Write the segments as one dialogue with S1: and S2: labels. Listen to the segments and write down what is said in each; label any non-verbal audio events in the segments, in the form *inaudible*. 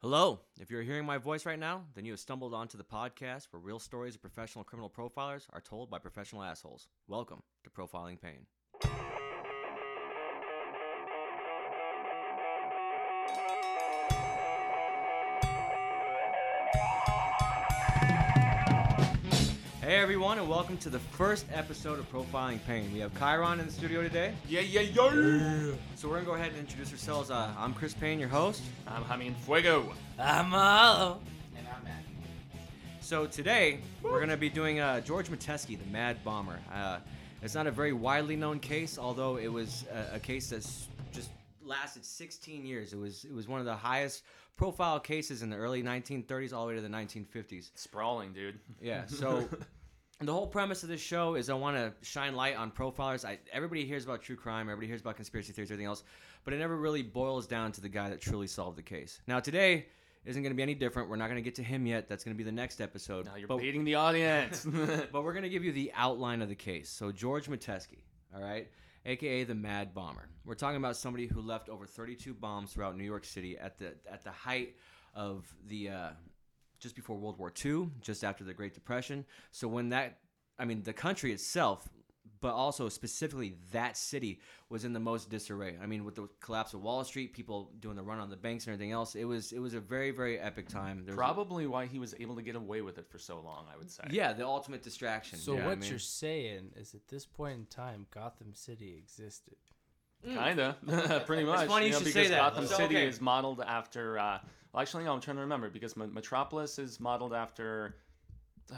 S1: Hello. If you're hearing my voice right now, then you have stumbled onto the podcast where real stories of professional criminal profilers are told by professional assholes. Welcome to Profiling Pain. Hey everyone, and welcome to the first episode of Profiling Pain. We have Chiron in the studio today,
S2: Yeah, yeah, yeah.
S1: so we're gonna go ahead and introduce ourselves. Uh, I'm Chris Payne, your host.
S2: I'm Jamin Fuego.
S3: I'm
S1: uh,
S3: all.
S1: So today we're gonna be doing uh, George Metesky, the Mad Bomber. Uh, it's not a very widely known case, although it was a, a case that's just lasted 16 years. It was it was one of the highest profile cases in the early 1930s all the way to the 1950s.
S2: Sprawling, dude. *laughs*
S1: Yeah. So the whole premise of this show is I want to shine light on profilers. I, everybody hears about true crime, everybody hears about conspiracy theories, everything else, but it never really boils down to the guy that truly solved the case. Now today isn't going to be any different. We're not going to get to him yet. That's going to be the next episode.
S2: Now you're
S1: but,
S2: baiting the
S1: *laughs*
S2: audience.
S1: but we're going to give you the outline of the case. So George Metesky, all right, aka the Mad Bomber. We're talking about somebody who left over 32 bombs throughout New York City at the at the height of the uh, just before World War II, just after the Great Depression. So when that, I mean, the country itself. But also specifically, that city was in the most disarray. I mean, with the collapse of Wall Street, people doing the run on the banks and everything else, it was it was a very very epic time. There was-
S2: Probably why he was able to get away with it for so long, I would say.
S1: yeah, the ultimate distraction.
S3: So
S1: Yeah, I
S3: what
S1: mean-
S3: you're saying is at this point in time, Gotham City existed.
S2: Kinda. *laughs* Pretty much.
S1: funny you should
S2: because
S1: say that.
S2: Gotham
S1: So,
S2: City
S1: okay.
S2: is modeled after. Uh, well, actually, no, I'm trying to remember because Me- Metropolis is modeled after.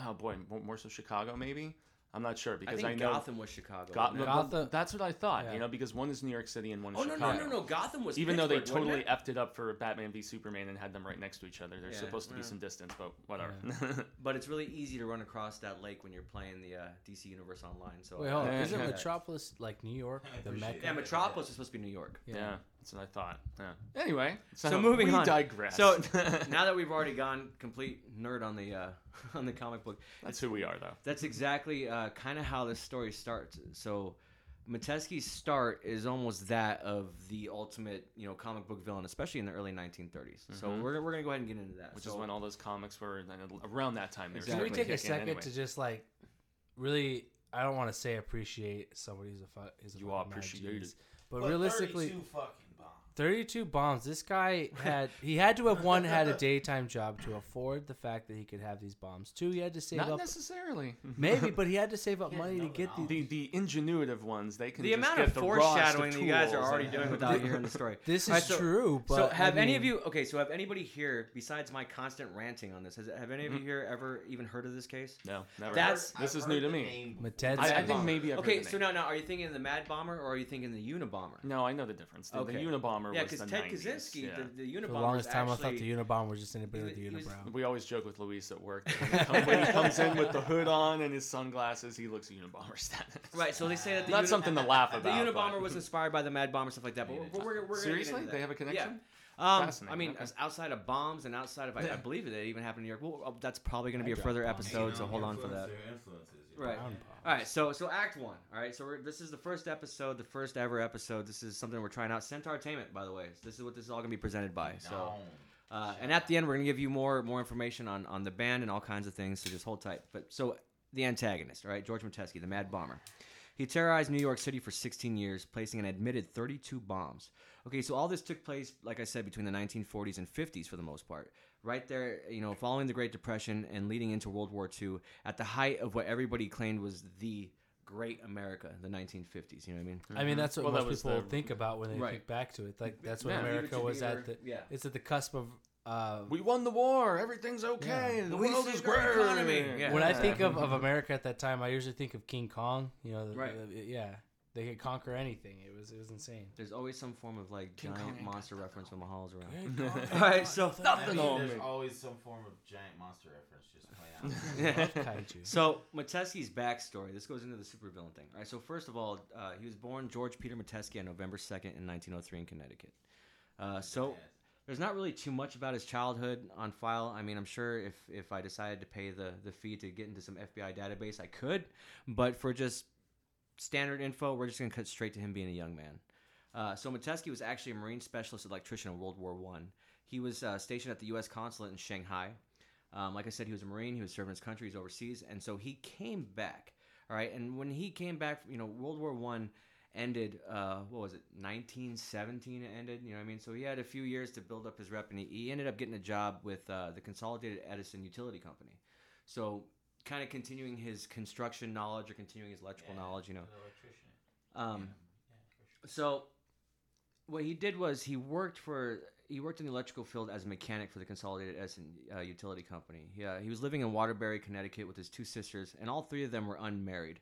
S2: Oh, boy. mo- More so Chicago, maybe? I'm not sure
S1: I
S2: because
S1: think
S2: I, know.
S1: Gotham was Chicago.
S2: Gotham,
S1: wasn't it?
S3: Gotham-
S2: That's what I thought,
S3: Yeah.
S2: you know, because one is New York City and one is
S1: Oh no
S2: Chicago.
S1: no no no! Gotham was
S2: even though they
S1: Pittsburgh,
S2: totally
S1: wasn't
S2: effed it up for Batman v Superman and had them right next to each other. There's
S1: Yeah.
S2: supposed to be
S1: Yeah.
S2: some distance, but whatever. *laughs*
S1: it? but it's really easy to run across that lake when you're playing the uh, DC Universe Online. So
S3: Wait, hold on.
S2: Yeah.
S3: *laughs* Isn't
S2: Yeah.
S3: Metropolis like New York, the mecca?
S1: yeah, Metropolis is supposed to be New
S2: *laughs*
S1: York.
S2: yeah. that's what I thought. Yeah. Anyway, so,
S1: moving
S2: we
S1: on.
S2: digress. *laughs*
S1: So now that we've already gone complete nerd on the uh, *laughs* on the comic book,
S2: that's who we are, though.
S1: That's exactly uh, kind of how this story starts. So, Metesky's start is almost that of the ultimate, you know, comic book villain, especially in the early 1930s. So
S2: Mhm.
S1: we're, we're gonna go ahead and get into that.
S2: Which
S1: So-
S2: is when all those comics were and then around that time. They were
S3: Can we
S2: starting to
S3: take a
S2: kick in
S3: second
S2: anyway.
S3: to just like really? I don't want to say appreciate somebody who's a fu- is a
S2: You all
S3: fucking mad
S2: appreciate
S3: genius,
S2: it.
S3: but,
S4: But
S3: realistically, 32.
S4: 32 fucking bombs.
S3: bombs. This guy had he had to have one had a daytime job to afford the fact that he could have these bombs. Two, he had to save
S2: Not *laughs*
S3: up
S2: necessarily.
S3: *laughs* maybe, but he had to save up money to
S4: no,
S3: get
S4: no.
S3: these.
S2: the the ingenuitive ones they can.
S1: the
S2: just
S1: amount
S2: get
S1: of
S2: the
S1: foreshadowing that you guys are
S2: rawest of
S1: already
S2: tools. *laughs*
S1: doing *laughs* without hearing the story.
S3: This is
S1: Alright, so-
S3: true, but
S1: so have
S3: I
S1: any of
S3: mean-
S1: you? Okay, so have anybody here besides my constant ranting on this? Has, have any of
S2: Mm-hmm.
S1: you here ever even heard of this case?
S2: No, never.
S1: That's-
S2: this
S4: I've
S2: is
S4: heard
S2: new to
S4: the
S2: me.
S4: name before.
S3: Mated's
S2: I, I
S3: Mad
S2: think
S3: Bomber.
S2: maybe I've heard
S1: Okay,
S2: the
S1: so
S2: name.
S1: now now are you thinking the Mad Bomber or are you thinking the Unabomber?
S2: No, I know the difference. The,
S1: Okay.
S2: the Unabomber
S1: Yeah,
S2: was
S1: because
S2: the
S1: Ted
S2: 90s,
S1: Kaczynski,
S2: yeah.
S1: the, the
S3: For
S1: Unabomber,
S3: the longest time,
S1: actually,
S3: I thought the Unabomber was just anybody
S1: he was-
S3: with the
S1: he was-
S2: *laughs*
S3: unibrow. *laughs*
S2: We always joke with Luis at work that when he, come, *laughs* when he comes in with the hood on and his sunglasses, he looks Unabomber status. *laughs*
S1: Right, so they say that the
S2: Not
S1: Uni-
S2: something to laugh
S1: The
S2: about.
S1: Unabomber
S2: but-
S1: was inspired by the Mad Bomber stuff like that. But we're, we're, we're gonna get
S2: Seriously?
S1: into that.
S2: They have a connection?
S1: Yeah. Um,
S2: Fascinating,
S1: I mean,
S2: okay.
S1: as- outside of bombs and outside of, I, I believe that it even happened in New York. Well, uh, that's probably going to be a
S3: dropped
S1: further
S3: bombs.
S1: episode,
S4: You
S1: so
S4: know,
S1: hold on for that.
S4: influencer influences, you know.
S1: Right.
S3: Brown
S1: All right, so so Act One. All right, so we're, this is the first episode, the first ever episode. This is something we're trying out. Centartainment, by the way. This is what this is all going to be presented by. So,
S4: No.
S1: uh, and at the end, we're going to give you more more information on on the band and all kinds of things. So just hold tight. But so the antagonist, all right, George Metesky, the Mad Bomber. He terrorized New York City for 16 years, placing an admitted 32 bombs. Okay, so all this took place, like I said, between the 1940s and 50s for the most part. Right there, you know, following the Great Depression and leading into World War II, at the height of what everybody claimed was the Great America, the 1950s. You know what I mean?
S3: I mean, that's what
S2: Well, that was
S3: most people
S2: the-
S3: think about when they
S1: Right.
S3: think back to it. Like that's what
S2: Yeah.
S3: America
S1: Leave it to
S3: was at.
S1: Beaver.
S3: The,
S1: Yeah.
S3: It's at the cusp of. Uh,
S2: We won the war. Everything's okay. The
S1: We
S2: world
S1: saved
S2: is
S1: our
S2: great.
S1: economy. Yeah.
S3: When I think of,
S2: *laughs*
S3: of America at that time, I usually think of King Kong. You know, the,
S1: Right.
S3: the- yeah, they could conquer anything. It was it was insane.
S1: There's always some form of like
S2: King Kong
S1: giant
S2: ain't
S1: monster reference when Mahal's around.
S3: *laughs* All
S1: Alright, so-
S4: *laughs* I
S2: Nothing
S4: mean,
S2: on
S4: there's
S2: me.
S4: always some form of giant monster reference just
S2: *laughs*
S4: playing out.
S3: kaiju.
S1: So Metesky's backstory. This goes into the supervillain thing. All right. So first of all, uh, he was born George Peter Metesky on November second in 1903 in Connecticut. Uh, so there's not really too much about his childhood on file. I mean, I'm sure if if I decided to pay the the fee to get into some FBI database, I could. But for just standard info, we're just gonna cut straight to him being a young man. Uh, so Metesky was actually a Marine specialist electrician in World War One. He was uh, stationed at the U.S. consulate in Shanghai. Um, like I said, he was a Marine. He was serving his country. He's overseas, and so he came back. All right, and when he came back, you know, World War One ended. Uh, what was it? 1917 it ended. You know what I mean? So he had a few years to build up his rep, and he, he ended up getting a job with uh, the Consolidated Edison Utility Company. So kind of continuing his construction knowledge or continuing his electrical
S4: Yeah.
S1: knowledge. You know.
S4: An electrician.
S1: Um,
S4: yeah, for sure.
S1: so, what he did was he worked for he worked in the electrical field as a mechanic for the Consolidated Edison uh, Utility Company. He, uh, he was living in Waterbury, Connecticut, with his two sisters, and all three of them were unmarried.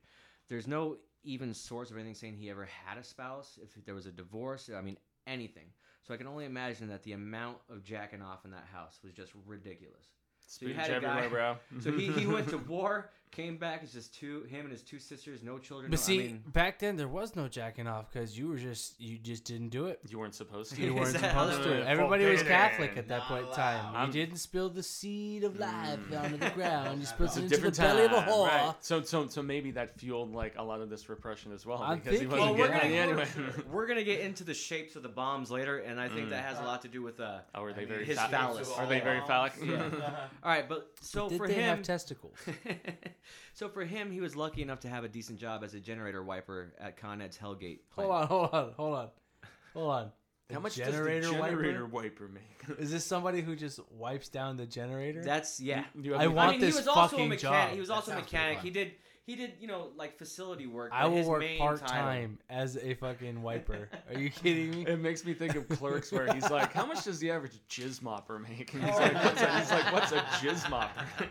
S1: There's no even source of anything saying he ever had a spouse. If there was a divorce, I mean anything. So I can only imagine that the amount of jacking off in that house was just ridiculous. So you
S2: Speech
S1: had a guy-
S2: everywhere, bro.
S1: So he,
S3: *laughs*
S1: he went to war, came back. It's just two him and his two sisters, no children.
S3: But
S1: no- I
S3: see,
S1: mean-
S3: back then there was no jacking off because you were just you just didn't do it.
S2: *laughs* You weren't
S3: *laughs*
S2: supposed to.
S3: You weren't
S1: Exactly.
S3: supposed to. Everybody was Catholic at that
S4: Not
S3: point in
S4: allowed.
S3: time.
S2: I'm-
S3: you didn't spill the seed of life
S2: Mm.
S3: down to *laughs* the ground. You spilled
S4: It's
S2: It's
S3: it
S2: a
S3: into the
S2: different
S3: belly of a
S2: time,
S3: whore.
S2: right? So, so, so maybe that fueled like a lot of this repression as well
S3: I'm
S2: because he
S3: thinking-
S2: wasn't
S1: Well, we're
S2: getting any
S1: gonna-
S2: anyway.
S1: *laughs*
S2: *laughs*
S1: We're gonna get into the shapes of the bombs later, and I think that has a lot to do with uh.
S2: oh, are they
S4: I mean,
S2: very
S1: his
S2: phallic?
S1: phallus.
S2: Are they very phallic? *laughs*
S4: Yeah. *laughs*
S1: All right, but so
S3: Did
S1: for
S3: they
S1: him,
S3: have testicles?
S1: *laughs* so for him, he was lucky enough to have a decent job as a generator wiper at Con Ed's Hellgate.
S3: hold
S1: plant.
S3: on, hold on, hold on, hold on.
S2: How
S3: The
S2: much does the
S3: wiper?
S2: generator
S1: *laughs*
S2: wiper, make?
S3: Is this somebody who just wipes down the generator?
S1: That's yeah.
S2: Do *laughs* you
S3: I
S2: any-
S3: want
S1: I mean,
S3: this
S1: he was also a
S3: fucking
S1: mechanic.
S3: job.
S1: He was
S4: That
S1: also a
S4: sounds pretty
S1: mechanic.
S4: fun.
S1: He did he did you know like facility work.
S3: I
S1: but
S3: will
S1: his
S3: work
S1: main
S3: part
S1: title-
S3: time as a fucking *laughs* wiper. Are you kidding me? *laughs*
S2: It makes me think of clerks where he's like, How much does the average jizz mopper make?
S1: Oh,
S2: And he's like,
S1: *laughs*
S2: What's a, he's like, What's a jizz mopper?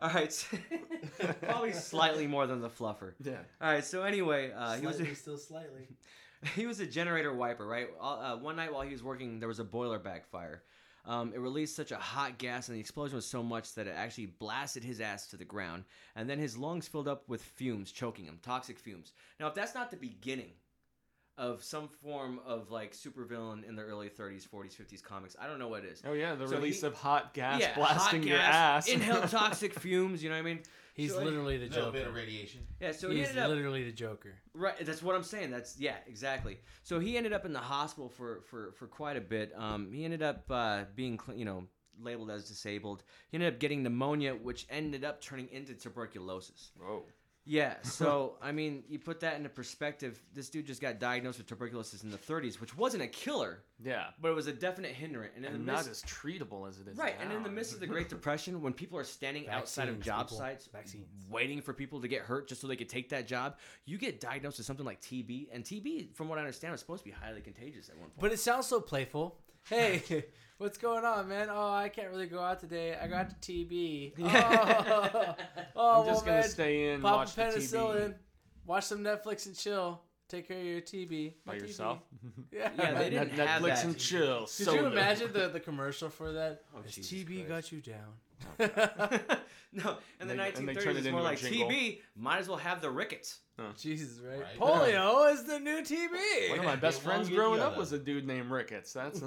S1: All right, so- *laughs* probably slightly more than the fluffer.
S2: yeah.
S1: All right, so anyway, uh, he was.
S3: still slightly.
S1: *laughs* he was a generator wiper, right? Uh, uh, one night while he was working, there was a boiler backfire. Um, it released such a hot gas, and the explosion was so much that it actually blasted his ass to the ground. And then his lungs filled up with fumes, choking him, toxic fumes. Now, if that's not the beginning of some form of like supervillain in the early 30s, 40s, 50s comics, I don't know what it is.
S2: Oh, yeah. The
S1: So
S2: release
S1: he-
S2: of hot gas
S1: yeah,
S2: blasting
S1: hot
S2: your
S1: gas,
S2: ass.
S1: inhale
S2: *laughs*
S1: toxic fumes. You know what I mean?
S3: He's
S1: So I-
S3: literally the
S4: A little bit
S3: Joker.
S4: of radiation.
S2: *laughs*
S1: Yeah. So he
S3: He's
S1: ended up
S3: literally the Joker.
S1: Right, that's what I'm saying. That's yeah, exactly. So he ended up in the hospital for for for quite a bit. Um, he ended up uh, being cl- you know labeled as disabled. He ended up getting pneumonia, which ended up turning into tuberculosis.
S2: Whoa.
S1: Yeah.
S3: *laughs*
S1: So I mean, you put that into perspective. This dude just got diagnosed with tuberculosis in the 30s, which wasn't a killer,
S2: Yeah.
S1: but it was a definite hindrance. And in
S2: And
S1: the
S2: not
S1: midst,
S2: as treatable as it is.
S1: right, and in
S2: now.
S1: the midst of the
S3: *laughs*
S1: Great Depression, when people are standing outside of
S3: Vaccines,
S1: job
S3: people.
S1: sites,
S3: Vaccines.
S1: waiting for people to get hurt just so they could take that job, you get diagnosed with something like TB. And TB, from what I understand, was supposed to be highly contagious at one
S2: *laughs*
S1: point.
S3: But it sounds so playful. Hey, *laughs* what's going on, man? Oh, I can't really go out today. I got the TB. Oh,
S2: I'm
S3: oh
S2: just
S3: well,
S2: gonna
S3: man,
S2: stay in,
S3: pop
S2: watch
S3: a
S2: the TV
S3: penicillin, watch some Netflix and chill. Take care of your TB.
S2: by
S3: My TB.
S2: yourself.
S3: *laughs* Yeah.
S1: Yeah, they didn't
S2: Net-
S1: have
S2: Netflix
S1: that.
S2: and chill.
S3: Could you imagine the, the commercial for that?
S1: *laughs* Oh,
S3: Has
S1: Jesus
S3: TB
S1: Christ.
S3: got you down.
S1: *laughs* no, in the
S2: And they- and they
S1: 1930s,
S2: turned it
S1: it's
S2: into
S1: more
S2: a
S1: like
S2: jingle.
S1: TB, might as well have the rickets.
S3: *laughs* Jesus, right?
S4: Right.
S3: Polio is the new
S2: One of
S3: TB.
S2: my best
S4: It
S2: friends
S4: won't get
S2: growing
S4: you
S2: up
S4: out.
S2: was a dude named
S1: *laughs*
S2: Ricketts. That's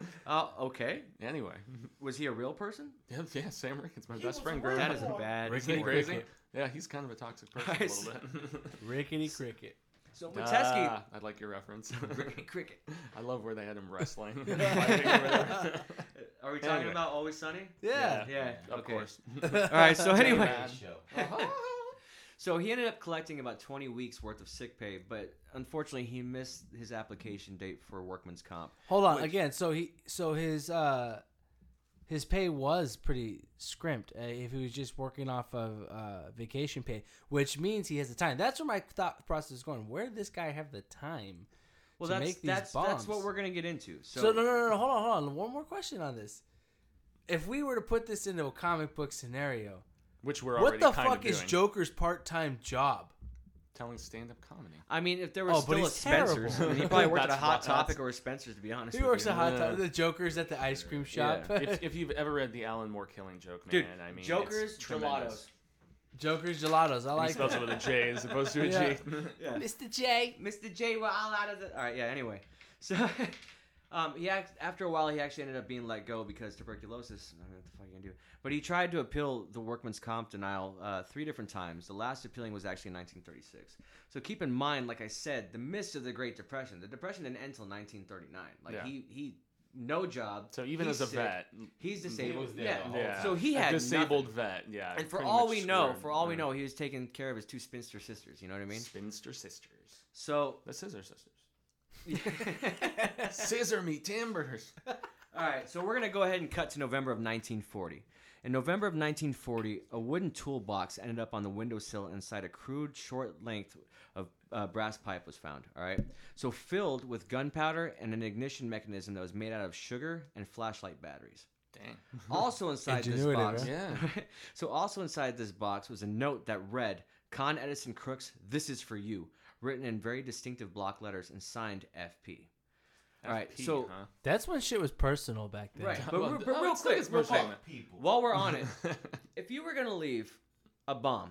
S2: *laughs*
S1: Oh, okay.
S2: anyway.
S1: Was he a real person?
S2: Yeah, yeah, Sam Ricketts, my
S4: He
S2: best
S4: was
S2: friend
S4: a
S2: growing
S1: That
S2: up.
S1: is a bad.
S2: Isn't he
S3: Rickety
S2: crazy?
S3: Cricket.
S2: Yeah, he's kind of a toxic person
S1: *laughs* I
S2: a little
S1: see.
S2: bit.
S3: *laughs* Rickety cricket.
S1: So Metesky, *laughs*
S2: Ah, I like your reference. *laughs*
S1: Rickety Cricket.
S2: I love where they had him wrestling.
S1: *laughs*
S2: *laughs* fighting or whatever.
S1: Are we talking
S2: Anyway.
S1: about Always Sunny?
S3: Yeah.
S1: Yeah,
S2: of
S1: okay.
S2: course. *laughs*
S1: All right. So
S2: Tell you
S1: anyway,
S2: that.
S4: Show.
S1: Uh-huh. *laughs* So he ended up collecting about 20 weeks worth of sick pay, but unfortunately he missed his application date for workman's comp.
S3: Hold on
S1: Which-
S3: again. So he, so his, uh, his pay was pretty scrimped uh, if he was just working off of uh, vacation pay, which means he has the time. That's where my thought process is going. Where did this guy have the time?
S1: Well,
S3: To
S1: that's
S3: make these
S1: that's that's
S3: bombs.
S1: what we're gonna get into. So,
S3: So, no, no, no, no. Hold on, hold on. One more question on this. If we were to put this into a comic book scenario,
S2: Which we're
S3: what
S2: already
S3: the
S2: kind
S3: fuck
S2: of
S3: is
S2: doing.
S3: Joker's part-time job?
S2: Telling stand-up comedy.
S1: *laughs* I mean, if there
S3: Oh,
S1: was
S3: but
S1: still a
S3: he's terrible.
S1: Spencer's, I mean, he probably worked at a
S2: *laughs* That's
S1: Hot
S2: why-
S1: Topic or a Spencer's, to be honest.
S3: He
S1: with
S3: works
S1: you.
S3: at hot
S2: Yeah.
S3: time. The Joker's at the ice cream shop. *laughs*
S2: If, if you've ever read the Alan Moore Killing Joke, man,
S1: Dude,
S2: I mean, it's
S1: Joker's
S2: tremendous.
S1: gelatos.
S3: Joker's gelatos. I
S2: And He
S3: like
S2: spells
S3: that.
S2: it with a J as opposed to a G.
S3: Yeah.
S1: *laughs* Yeah.
S3: Mr. J.
S1: Mr. J, we're all out of the. All right, yeah. Anyway, so *laughs* Um, he act- after a while he actually ended up being let go because tuberculosis. I don't know what the fuck you can do. But he tried to appeal the workman's comp denial uh, three different times. The last appealing was actually in 1936. So keep in mind, like I said, the midst of the Great Depression. The Depression didn't end until 1939. Like
S2: Yeah.
S1: he he no job.
S2: So even
S1: he's
S2: as a
S1: sick,
S2: vet,
S1: he's disabled.
S4: was there
S1: yeah.
S4: the whole
S2: yeah.
S1: So he had
S2: a
S1: nothing.
S2: disabled vet, yeah.
S1: And for
S2: pretty
S1: all
S2: much
S1: we know,
S2: screwed.
S1: for all we
S2: Yeah.
S1: know, he was taking care of his two spinster sisters. You know what I mean?
S2: spinster sisters.
S1: So.
S2: The scissor sisters. Scissor me timbers.
S1: All right, so we're going to go ahead and cut to November of 1940. In November of 1940, a wooden toolbox ended up on the windowsill inside a crude, short length of uh, brass pipe was found. All right, so filled with gunpowder and an ignition mechanism that was made out of sugar and flashlight batteries.
S2: *laughs* Dang.
S1: Also inside this
S3: Ingenuity,
S1: box,
S2: right? Yeah.
S1: *laughs* so also inside this box was a note that read, "Con Edison Crooks, this is for you," written in very distinctive block letters and signed FP. All right,
S2: FP,
S1: so-
S2: huh? *laughs*
S3: That's when shit was personal back then.
S1: Right, but,
S2: Well,
S1: re- but
S2: oh,
S1: real
S2: it's like
S1: quick,
S2: it's
S1: real
S2: more
S1: quick.
S2: famous.
S4: people.
S1: While we're on it, if you were gonna leave a bomb,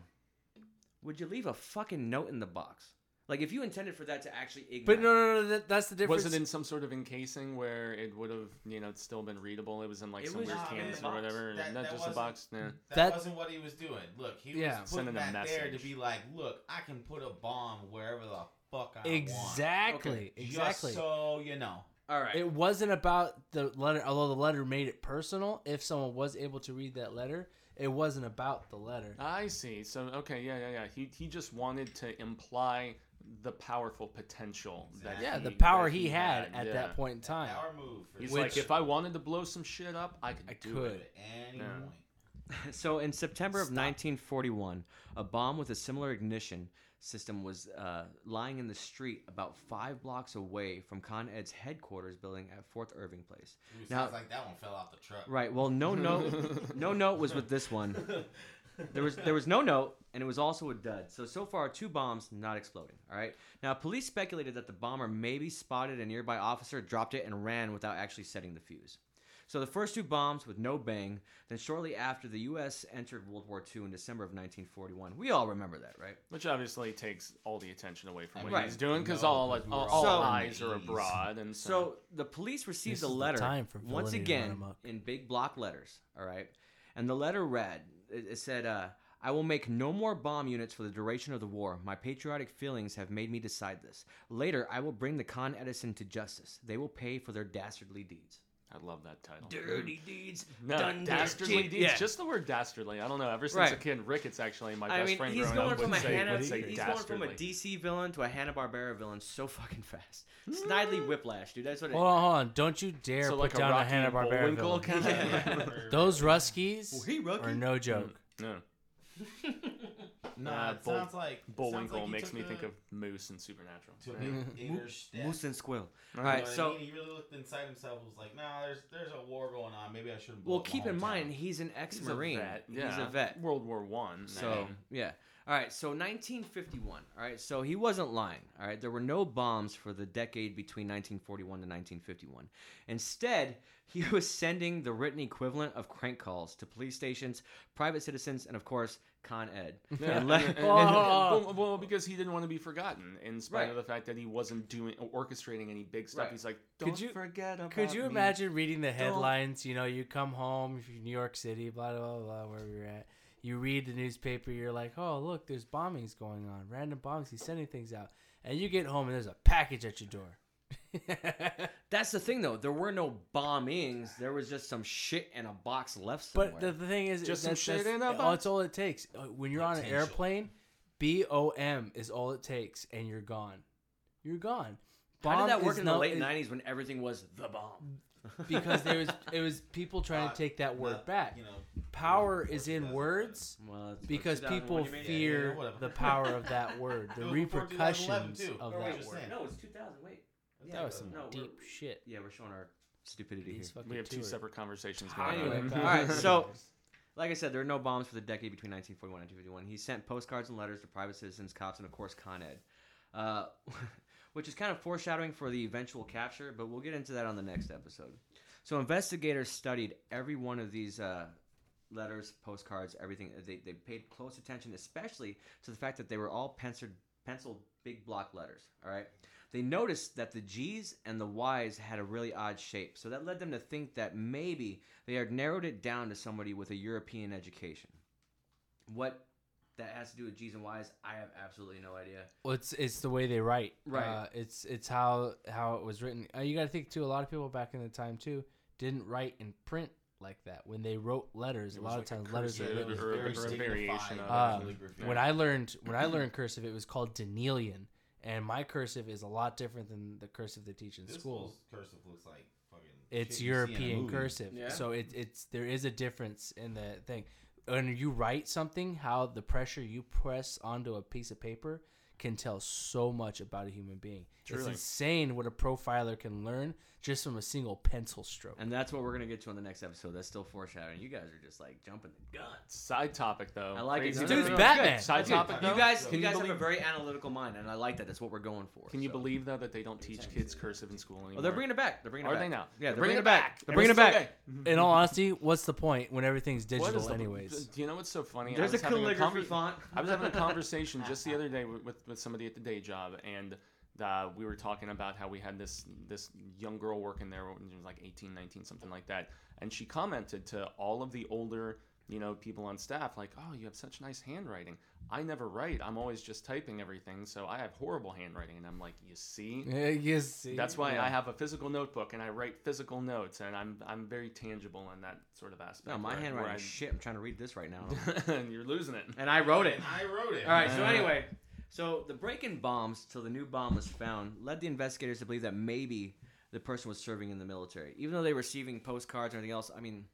S1: would you leave a fucking note in the box? Like if you intended for that to actually ignite.
S3: *laughs* But no, no, no. That, that's the difference.
S2: was it in some sort of encasing where it would have, you know, still been readable? It was in like
S1: It
S2: some
S1: was
S2: weird
S1: just in the
S2: canvas or
S1: box.
S2: whatever.
S4: That-
S2: Not
S4: that
S2: just a
S4: wasn't-
S2: box.
S1: Mm.
S2: Yeah.
S4: That,
S3: That-
S4: wasn't what he was doing. Look, he
S3: Yeah.
S4: was putting
S2: Sending a
S4: that there to
S2: message.
S4: be like, look, I can put a bomb wherever the fuck I want.
S3: Exactly.
S4: Just
S3: Exactly.
S4: so you know.
S1: All right.
S3: It wasn't about the letter, although the letter made it personal. If someone was able to read that letter, it wasn't about the letter.
S2: I see. So okay, yeah, yeah, yeah. He he just wanted to imply the powerful potential that
S4: Exactly.
S3: yeah,
S2: he,
S3: the
S2: that
S3: power he had, at
S2: yeah.
S3: that point in time.
S4: Our move. For
S2: He's
S4: this
S2: like,
S3: Which-
S2: if I wanted to blow some shit up, I could
S3: I
S2: do
S3: could.
S2: it.
S4: at any
S2: Yeah.
S4: point.
S1: so in September of
S3: Stop.
S1: 1941, a bomb with a similar ignition system was uh, lying in the street about five blocks away from Con Ed's headquarters building at Fourth Irving Place.
S4: Ooh,
S1: Now-
S4: sounds like that one fell off the truck.
S1: Right. Well, no
S3: *laughs*
S1: note, no note was with this one.
S4: *laughs*
S1: *laughs* There was there was no note, and it was also a dud. So so far, two bombs not exploding. All right. Now, police speculated that the bomber maybe spotted a nearby officer, dropped it, and ran without actually setting the fuse. So the first two bombs with no bang. Then shortly after, the U.S. entered World War II in December of 1941. We all remember that, right?
S2: Which obviously takes all the attention away from what
S1: Right.
S2: he's doing because
S4: No,
S2: all,
S4: 'cause we
S2: all,
S4: were
S2: all
S1: all
S2: eyes are
S4: amazed.
S2: abroad, and so,
S1: So the police received
S3: This
S1: a
S3: is the
S1: letter
S3: time for
S1: once
S3: villainy to run
S1: again
S3: amok.
S1: in big block letters. All right, and the letter read: It, it said, uh, "I will make no more bomb units for the duration of the war. My patriotic feelings have made me decide this. Later, I will bring the Con Edison to justice. They will pay for their dastardly deeds."
S2: I love that title. *laughs*
S1: deeds,
S2: No, dastardly deeds.
S1: Yeah.
S2: Just the word dastardly. I don't know. Ever since a
S1: Right.
S2: kid, Ricketts actually my best
S1: I mean,
S2: friend
S1: he's
S2: growing
S1: going
S2: up
S1: from a
S2: would say,
S1: Hanna,
S2: would say
S1: he's going
S2: dastardly.
S1: from a DC villain to a Hanna Barbera villain so fucking fast.
S2: *laughs*
S1: Snidely Whiplash, dude. That's what. It,
S3: Hold on, hold on. Don't you dare
S2: so
S3: put
S2: like a
S3: down a,
S2: Rocky
S3: Hanna-Barbera
S2: Bullwinkle
S3: villain.
S2: kind of.
S3: *laughs* Those
S4: *laughs*
S3: Ruskies
S2: Well, hey, Rocky.
S3: are no joke.
S2: No.
S4: No,
S2: Uh,
S4: it
S2: Bull-
S4: sounds like
S2: *laughs* Bullwinkle
S4: sounds like he
S2: makes
S4: took
S2: me
S4: a-
S2: think of Moose and Supernatural.
S4: took
S2: Right. *laughs*
S4: a bigger step.
S1: Moose and Squill. All
S4: You know
S1: right,
S4: what I
S1: so
S4: mean? he really looked inside himself. and Was like, nah, there's there's a war going on. Maybe I shouldn't. blow
S1: Well,
S4: up my
S1: keep in
S4: hometown."
S1: mind he's an
S2: He's a
S1: ex-marine.
S2: vet, Yeah.
S1: He's a vet.
S2: World War One.
S1: So yeah. All right. So 1951. All right. So he wasn't lying. All right. There were no bombs for the decade between 1941 to 1951. Instead, he *laughs* was sending the written equivalent of crank calls to police stations, private citizens, and of course, Con Ed.
S3: *laughs*
S1: *laughs*
S2: Yeah,
S1: And le-
S2: and- and-
S3: Oh.
S2: well, well, because he didn't want to be forgotten, in spite
S1: Right.
S2: of the fact that he wasn't doing orchestrating any big stuff.
S1: Right.
S2: He's like,
S3: Could
S2: don't
S3: you-
S2: forget about
S3: Could you
S2: me."
S3: imagine reading the headlines? You know, you come home from New York City, blah, blah, blah, blah, wherever you're at. You read the newspaper, you're like, oh, look, there's bombings going on, random bombings. He's sending things out. And you get home and there's a package at your door. *laughs*
S1: That's the thing, though. There were no bombings. There was just some shit in a box left somewhere.
S3: But the, the thing is,
S2: Just
S3: just
S2: some
S3: that's,
S2: shit
S3: that's-
S2: in a
S3: oh,
S2: box.
S3: That's all it takes. Uh, When you're on an
S4: Potential.
S3: airplane, B O M is all it takes, and you're gone. You're gone.
S1: How did that
S3: Bomb
S1: work
S3: is
S1: in the
S3: not-
S1: late
S3: is-
S1: '90s when everything was the bomb?
S3: Because there was it was people trying
S4: Uh,
S3: to take that word
S4: Not,
S3: back.
S4: You know,
S3: power
S4: before
S3: is in
S4: 2000.
S3: words
S1: *laughs* Well, that's-
S3: because
S1: 2001,
S3: people
S1: you mean?
S4: Yeah, yeah,
S3: fear
S4: whatever.
S3: the power of that word,
S4: *laughs* It
S3: the
S4: was before 2011
S3: repercussions
S4: too.
S3: of
S4: No,
S1: wait,
S3: that
S4: Oh, just
S3: word.
S4: saying.
S1: No, it's 2000. Wait.
S3: That was some
S1: No, we're-
S3: deep shit.
S1: Yeah, we're showing our stupidity here.
S3: These fucking
S2: We have two
S3: tourists.
S2: separate conversations
S1: How
S2: going
S1: do you
S2: on. *laughs*
S1: Anyway, all right,
S4: *laughs*
S1: so- Like I said, there are no bombs for the decade between 1941 and 1951. He sent postcards and letters to private citizens, cops, and of course Con Ed, uh, *laughs* which is kind of foreshadowing for the eventual capture. But we'll get into that on the next episode. So investigators studied every one of these uh, letters, postcards, everything. They, they paid close attention, especially to the fact that they were all penciled pencil big block letters. All right. They noticed that the G's and the Y's had a really odd shape, so that led them to think that maybe they had narrowed it down to somebody with a European education. What that has to do with G's and Y's, I have absolutely no idea.
S3: Well, it's it's the way they write.
S1: Right.
S3: Uh, it's it's how how it was written. Uh, you got to think too. A lot of people back in the time too didn't write in print like that. When they wrote letters,
S2: It
S3: a
S2: was
S3: lot
S2: like
S3: of
S2: a
S3: times letters.
S2: cursive
S3: were
S4: it
S2: or-
S4: was
S3: written-
S2: or- or a
S4: very
S2: variation
S4: dignified
S2: of
S3: Uh,
S4: calligraphy.
S3: when I learned when I learned cursive, it was called Danelian, and my cursive is a lot different than the cursive they teach in
S4: This
S3: schools.
S4: fool's cursive looks like fucking.
S3: It's
S4: shit you see in a
S3: European
S4: movie.
S3: cursive,
S1: Yeah.
S3: so it, it's there is a difference in the thing. When you write something, how the pressure you press onto a piece of paper can tell so much about a human being. It's
S2: Truly.
S3: insane what a profiler can learn just from a single pencil stroke.
S1: And that's what we're gonna get to on the next episode. That's still foreshadowing. You guys are just like jumping the gun.
S2: Side topic though.
S1: I like it. No,
S2: Crazy.
S3: no, Dude's no,
S2: Good.
S3: no, Batman.
S2: Side
S1: Dude,
S2: topic though.
S1: you guys,
S2: Can
S1: you
S2: you
S1: guys have a
S2: believe-
S1: very analytical mind, and I like that. That's what we're going for.
S2: Can you
S1: so.
S2: believe though that they don't teach kids cursive in school anymore?
S1: Well, they're bringing it back. They're bringing it
S2: Are
S1: back.
S2: they now?
S1: Yeah, they're,
S2: Bring
S1: bringing
S2: it
S1: it back.
S2: back.
S1: They're bringing it
S2: Everything's
S1: back.
S3: In all honesty, what's the point when everything's
S2: What
S3: digital,
S2: is the-
S3: anyways?
S2: Do you know what's so funny? I
S1: There's a
S2: was having
S1: calligraphy
S2: conver-
S1: font.
S2: I was having a conversation just the other day with, with, with somebody at the day job, and uh, we were talking about how we had this this young girl working there when she was like 18, 19, something like that, and she commented to all of the older you know people on staff like, "Oh, you have such nice handwriting. I never write. I'm always just typing everything, so I have horrible handwriting." And I'm like, "You see."
S3: *laughs* Yeah, you see.
S2: That's why
S1: Yeah.
S2: I have a physical notebook and I write physical notes and I'm I'm very tangible in that sort of aspect.
S1: No, my
S2: where I- where
S1: handwriting
S2: *laughs*
S1: is shit. I'm trying to read this right now.
S2: I- and you're losing it.
S1: and I wrote
S2: *laughs*
S1: it.
S4: And I wrote it.
S1: All right. So
S2: Uh.
S1: anyway, so the break-in bombs till the new bomb was found led the investigators to believe that maybe the person was serving in the military, even though they were receiving postcards or anything else. I mean,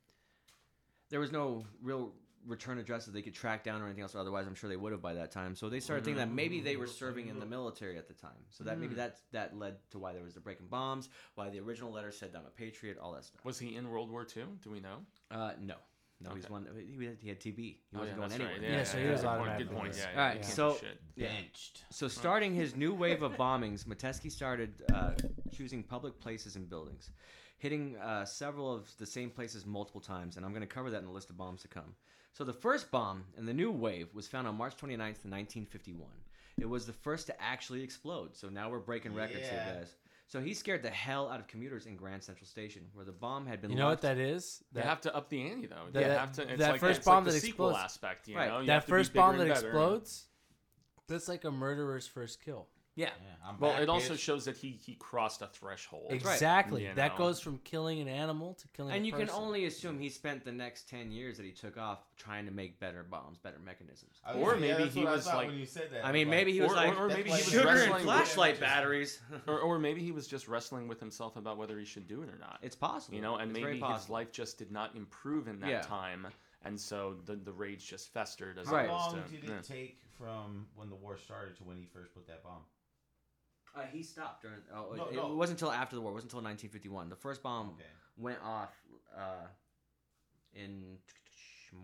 S1: there was no real return address that they could track down or anything else. Otherwise, I'm sure they would have by that time. So they started thinking that maybe they were serving in the military at the time. So that
S2: Hmm.
S1: maybe that that led to why there was the breaking bombs, why the original letter said "I'm a patriot," all that stuff.
S2: Was he in World War II? Do we know?
S1: Uh, no, no, he's
S2: Okay.
S1: one. He had, he had TB. He
S2: Oh,
S1: wasn't
S2: yeah,
S1: going
S2: that's
S1: anywhere.
S2: right.
S3: Yeah, so he was
S2: good point,
S3: automatically
S2: Good point.
S3: listed.
S2: Yeah,
S1: All
S2: yeah,
S1: right,
S2: you can't
S1: so-
S2: do shit.
S1: Yeah.
S4: Benched.
S1: So, starting his new wave of bombings, Metesky started uh, choosing public places and buildings, hitting uh, several of the same places multiple times, and I'm going to cover that in the list of bombs to come. So, the first bomb in the new wave was found on March 29th, 1951. It was the first to actually explode, so now we're breaking records
S4: Yeah.
S1: here, guys. So, he scared the hell out of commuters in Grand Central Station, where the bomb had been
S3: You know what
S1: left-
S3: that is?
S2: They
S3: That-
S2: have to up the ante though. They
S3: That-
S2: have to. It's
S3: that
S2: like,
S3: first
S2: it's
S3: bomb
S2: like the
S3: that
S2: sequel
S3: explodes.
S2: aspect. You
S1: Right.
S2: know, you have
S3: that
S2: to be
S3: first
S2: bigger
S3: bomb
S2: and
S3: that
S2: better.
S3: explodes that's like a murderer's first kill
S1: Yeah.
S4: Yeah, I'm
S2: Well,
S4: back,
S2: it also
S4: bitch.
S2: shows that he he crossed a threshold.
S1: right.
S3: exactly
S2: You
S3: that
S2: know.
S3: goes from killing an animal to killing
S1: And
S3: a
S1: you can
S3: person.
S1: only assume he spent the next 10 years that he took off trying to make better bombs, better mechanisms.
S4: I was-
S2: or
S4: yeah,
S2: maybe
S4: that's
S2: he
S4: what I
S2: was
S4: thought
S2: like-
S4: when you said that.
S1: I mean,
S4: Like,
S1: maybe he was
S2: Or-
S1: like,
S2: or
S1: "That's
S4: maybe he
S1: like
S4: was
S1: sugar
S4: wrestling
S1: and
S4: with
S1: flashlight
S4: it." *laughs*
S1: batteries.
S2: Or, or maybe he was just wrestling with himself about whether he should do it or not.
S1: it's possible.
S2: you know, and
S1: It's very
S2: maybe his
S1: possible.
S2: life just did not improve in that
S1: Yeah.
S2: time, and so the the rage just festered as
S4: How
S1: Right.
S2: opposed
S4: long
S2: to.
S4: did it
S2: yeah.
S4: take from when the war started to when he first put that bomb?
S1: Uh, he stopped during. Oh,
S4: No,
S1: it,
S4: no.
S1: it wasn't until after the war. It wasn't until 1951. The first
S2: Oh,
S1: bomb
S4: Okay.
S1: went off uh, in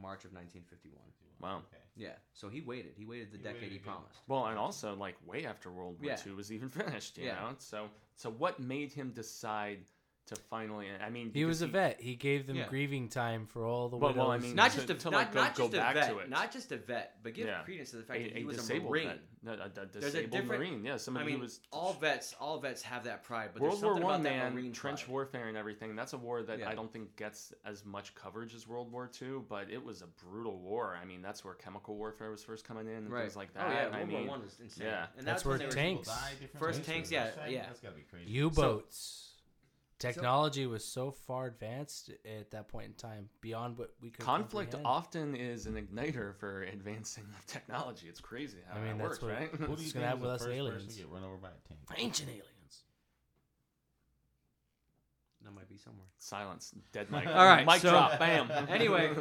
S1: March of 1951.
S2: Wow.
S4: Okay.
S1: Yeah, so he waited. He waited the
S4: He
S1: decade
S4: waited
S1: he
S4: again.
S1: promised.
S2: Well, and also like way after World War
S1: Yeah.
S2: II was even *laughs* finished, you
S1: Yeah.
S2: know. So so what made him decide to finally? I mean,
S3: he was
S2: because
S3: a vet he gave them
S1: Yeah.
S3: grieving time for all the
S2: Well,
S3: widows
S2: well, I mean-
S1: Not
S2: to-
S1: just a
S2: to,
S1: not,
S2: like, go-
S1: not
S2: go
S1: just a
S2: back
S1: vet,
S2: to it.
S1: not just a vet, but give
S2: Yeah.
S1: credence to the
S2: a,
S1: fact that
S2: a
S1: he was a
S2: disabled
S1: marine.
S2: vet. No, a, a
S1: a
S2: disabled
S1: different-
S2: marine. Yeah,
S1: I
S2: somebody
S1: mean,
S2: who was
S1: all vets, all vets have that pride, but
S2: World
S1: there's
S2: War
S1: something
S2: One,
S1: about that
S2: man,
S1: marine
S2: trench
S1: pride.
S2: warfare and everything. That's a war that
S1: Yeah.
S2: I don't think gets as much coverage as World War II, but it was a brutal war. I mean, that's where chemical warfare was first coming in and
S1: right?
S2: things like that.
S1: oh yeah, World
S2: I mean,
S1: War One was insane.
S2: yeah.
S1: and
S3: That's
S1: when
S3: where
S1: they were-
S3: tank-
S4: People
S3: Tanks.
S4: die different
S1: First
S4: ways
S1: tanks,
S4: for the
S1: yeah,
S4: first thing?
S1: yeah.
S4: That's gotta be crazy.
S3: u-boats technology was so far advanced at that point in time beyond what we could
S2: conflict
S3: comprehend.
S2: often is an igniter for advancing *laughs* of technology. It's crazy how
S3: I mean,
S2: that
S3: that's
S2: works, right?
S3: what-
S4: Who
S3: It's
S4: do you
S3: gonna
S4: think
S3: happen with
S4: was the
S3: us
S4: first
S3: aliens.
S4: person to get run over by a tank?
S3: ancient aliens
S1: That might be somewhere.
S2: *laughs* Silence. Dead mic.
S1: All right,
S2: Mic
S1: so-
S2: drop. Bam.
S1: *laughs* Anyway,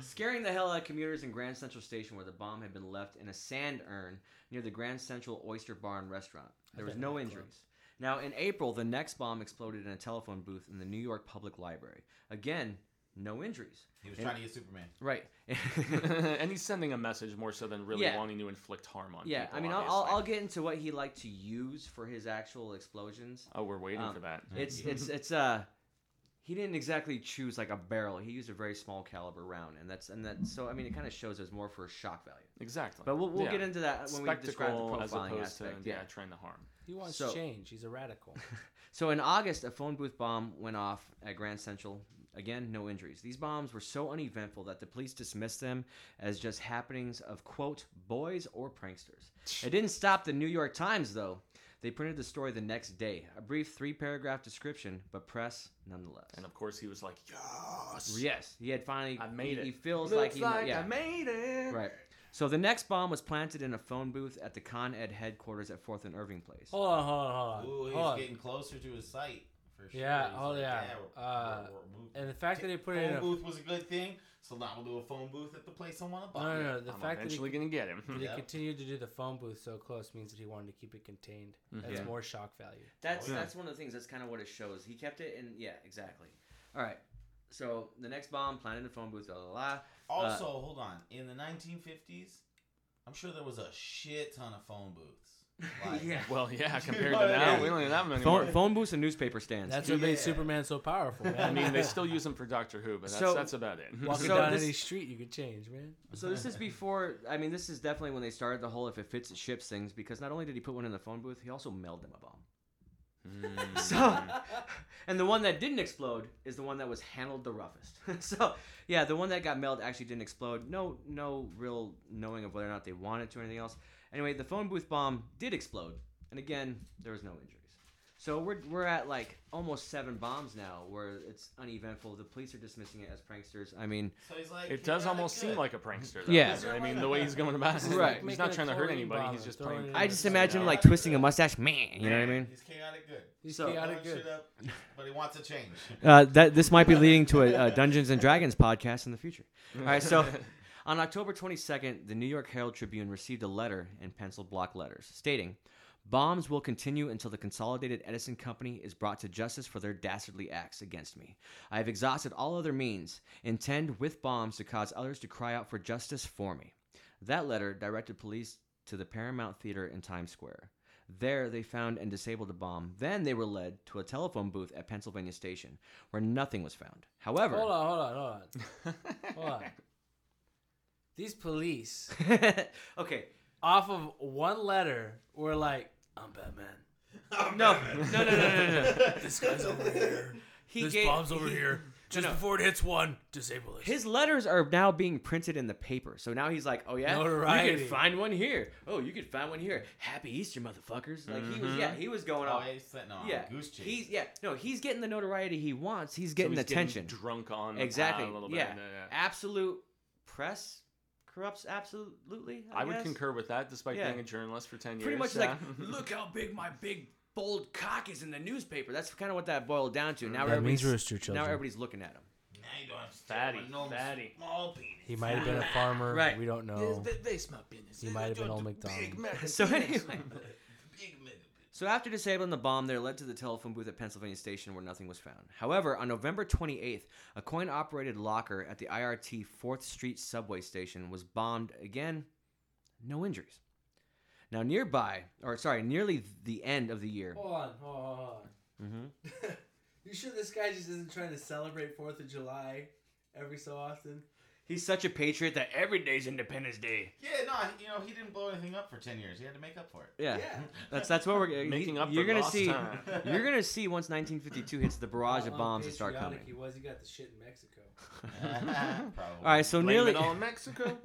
S1: scaring the hell out of commuters in Grand Central Station where the bomb had been left in a sand urn near the Grand Central Oyster Bar and Restaurant. There was no injuries. Now, in April, the next bomb exploded in a telephone booth in the New York Public Library. Again, no injuries.
S4: He was
S1: And-
S4: trying to get Superman.
S1: *laughs* Right.
S2: *laughs* and he's sending a message more so than really
S1: Yeah.
S2: wanting to inflict harm on
S1: yeah,
S2: people.
S1: I mean, I'll, I'll, I'll
S2: obviously.
S1: get into what he liked to use for his actual explosions.
S2: Oh, we're waiting
S1: um,
S2: *laughs* for that.
S1: It's it's it's uh he didn't exactly choose like a barrel. He used a very small caliber round, and that's and that. So I mean, it kind of shows there's more for shock value.
S2: Exactly.
S1: But we'll, we'll
S2: Yeah.
S1: get into that when we describe the
S2: Spectacle as
S1: profiling
S2: opposed
S1: aspect.
S2: to
S1: yeah.
S2: yeah, trying to harm.
S3: He wants
S1: So-
S3: change. He's
S1: *laughs*
S3: a radical.
S1: So in August, a phone booth bomb went off at Grand Central. Again, no injuries. These bombs were so uneventful that the police dismissed them as just happenings of quote boys or
S2: *sighs*
S1: pranksters. It didn't stop the New York Times though. They printed the story the next day, a brief three-paragraph description, but press nonetheless.
S2: And of course, he was like, "Yes,
S1: Yes, he had finally.
S2: I made
S1: he,
S2: it."
S1: He feels
S2: Looks
S1: like he. yeah.
S2: I made it."
S1: Right. So the next bomb was planted in a phone booth at the Con Ed headquarters at Fourth and Irving
S2: Oh,
S1: Place.
S3: hold on, hold on, hold on.
S4: Ooh, he's
S3: hold on.
S4: getting closer to his site for sure.
S3: Oh. Yeah,
S4: He's
S3: oh, yeah.
S4: we're-
S3: Uh,
S4: we're- we're moving.
S3: And the fact that they put it
S4: phone
S3: in a
S4: booth was a good thing, so now we'll do a phone booth at the place I want to buy.
S3: no, no, no. Oh, The
S2: I'm
S3: fact that he,
S2: eventually gonna get him.
S3: that he
S4: Yeah.
S3: continued to do the phone booth so close means that he wanted to keep it contained.
S2: Mm-hmm.
S3: That's
S1: Yeah.
S3: more shock value.
S1: That's
S4: Oh, yeah.
S1: that's one of the things. That's kind of what it shows. He kept it, and yeah, exactly. All right. So the next bomb planted in a phone booth. Blah blah. blah.
S2: Uh,
S4: Also, hold on. In the 1950s, I'm sure there was a shit ton of phone booths.
S1: *laughs*
S3: *laughs*
S1: yeah.
S2: Well, yeah.
S4: Dude,
S2: Compared to
S4: what?
S2: now,
S4: Yeah.
S2: we don't even have him anymore.
S1: Phone, phone booths and newspaper stands.
S3: That's what made
S4: Yeah.
S3: Superman so powerful. Man.
S2: *laughs* I mean, they still use him for Doctor Who, but that's
S1: So-
S2: that's about it.
S3: *laughs* walking
S1: So
S3: down
S1: this-
S3: any street, you could change, man.
S1: so this is before. I mean, this is definitely when they started the whole "if it fits, it ships" things. Because not only did he put one in the phone booth, he also mailed them a bomb.
S2: Hmm.
S1: So, and the one that didn't explode is the one that was handled the roughest. *laughs* so, yeah, the one that got mailed actually didn't explode. No, no real knowing of whether or not they wanted to or anything else. Anyway, the phone booth bomb did explode, and again, there was no injuries. So we're we're at like almost seven bombs now, where it's uneventful. The police are dismissing it as pranksters. I mean,
S4: So he's like,
S2: It does
S4: "Yeah,
S2: almost
S4: good."
S2: seem like a prankster. Though,
S1: Yeah.
S2: I mean, the way he's going about it,
S1: Right.
S2: he's not
S3: Making
S2: trying
S3: a
S2: to hurt
S3: chlorine
S2: anybody.
S3: bomb
S2: He's
S3: and
S2: just
S3: throwing
S2: playing.
S3: it
S1: I
S3: in
S1: just
S3: the-
S1: imagine him
S4: Yeah.
S1: like twisting a mustache, man. You know what I mean?
S4: He's chaotic good.
S3: He's
S1: So-
S3: chaotic
S4: Blowing
S3: good.
S4: shit up, but he wants
S2: *laughs*
S4: a change. *laughs*
S1: Uh, that this might be leading to a, a Dungeons and Dragons podcast in the future. All right,
S2: *laughs*
S1: so *laughs* on October 22nd, the New York Herald Tribune received a letter in pencil block letters stating, "Bombs will continue until the Consolidated Edison Company is brought to justice for their dastardly acts against me. I have exhausted all other means. Intend with bombs to cause others to cry out for justice for me." That letter directed police to the Paramount Theater in Times Square. There, they found and disabled a bomb. Then they were led to a telephone booth at Pennsylvania Station, where nothing was found. However, *laughs*
S3: Hold on, hold on, hold on. Hold on. These police,
S1: okay,
S3: off of one letter, were like, "I'm Batman.
S1: no, no, no, no, no, no. no.
S3: This guy's over here.
S1: He
S3: this
S1: gave-
S3: bomb's over
S1: he-
S3: here. Just
S1: no.
S3: before it hits one, disable it."
S1: His letters are now being printed in the paper, so now he's like, "Oh yeah, you
S3: Notoriety.
S1: can find one here. Oh, you can find one here. Happy Easter, motherfuckers!" Like he was, yeah, he was going
S4: oh,
S1: off.
S4: he's sitting on
S1: Yeah,
S4: goose chase.
S1: he's yeah, no, he's getting the notoriety he wants. He's getting
S2: he's
S1: attention.
S2: drunk on the
S1: exactly.
S2: pad a little bit. uh,
S1: yeah.
S2: yeah.
S1: absolute press corrupts absolutely. I,
S2: I would
S1: guess.
S2: concur with that, despite
S1: Yeah.
S2: being a journalist for ten
S1: Pretty much
S2: years. yeah. *laughs*
S1: like, look how big my big bold cock is in the newspaper. That's kind of what that boiled down to. Now
S3: That means
S1: everybody's
S3: rooster
S1: now
S3: children.
S1: everybody's looking at him.
S4: now you don't have to
S2: Fatty,
S4: take my normal
S2: fatty.
S4: small penis.
S3: he might have been a farmer.
S1: Right.
S3: We don't
S2: This-
S3: know.
S2: th- this my business.
S3: He
S2: This
S3: might have been
S2: just
S3: Old
S2: a
S3: McDonald.
S2: big
S3: *laughs*
S2: Mac and
S1: So
S2: cheese.
S1: anyway.
S4: *laughs* Big middle bitch.
S1: So after disabling the bomb, they're led to the telephone booth at Pennsylvania Station where nothing was found. However, on November 28th, a coin-operated locker at the IRT 4th Street subway station was bombed again. No injuries. Now nearby, or sorry, nearly the end of the year.
S3: Hold on, hold on, hold on.
S2: Mm-hmm.
S1: Mhm.
S3: *laughs* you sure this guy just isn't trying to celebrate Fourth of July every so often?
S1: He's such a patriot that every day's Independence Day.
S4: Yeah, no, he- you know, he didn't blow anything up for 10 years. He had to make up for it.
S1: Yeah.
S3: Yeah.
S1: *laughs* That's that's
S3: *laughs*
S1: what we're
S2: Making up
S1: You're
S2: for
S1: gonna
S2: lost
S1: see.
S2: time.
S1: *laughs* You're gonna see once 1952 hits the barrage of
S3: How
S1: bombs that start
S3: patriotic
S1: coming.
S3: He was. He got the shit in Mexico.
S4: *laughs* Probably.
S1: *laughs* All right, so
S2: Blame
S1: nearly. *laughs*
S2: it all in
S4: *laughs*
S2: Mexico.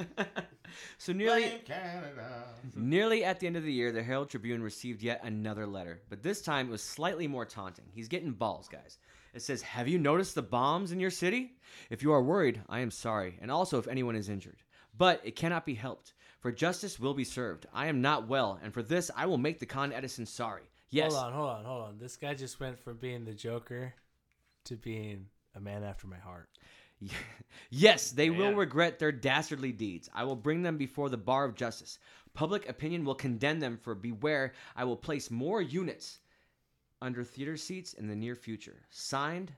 S1: so nearly.
S4: Blame Canada.
S1: Nearly at the end of the year, the Herald Tribune received yet another letter, but this time it was slightly more taunting. He's getting balls, guys. It says, Have you noticed the bombs in your city? If you are worried, I am sorry, and also if anyone is injured. But it cannot be helped, for justice will be served. I am not well, and for this I will make the Con Edison sorry. Yes.
S3: Hold on, hold on, hold on. This guy just went from being the Joker to being a man after my heart.
S1: *laughs* Yes, they will
S2: Man.
S1: regret their dastardly deeds. I will bring them before the bar of justice. Public opinion will condemn them for beware. I will place more units under theater seats in the near future. Signed,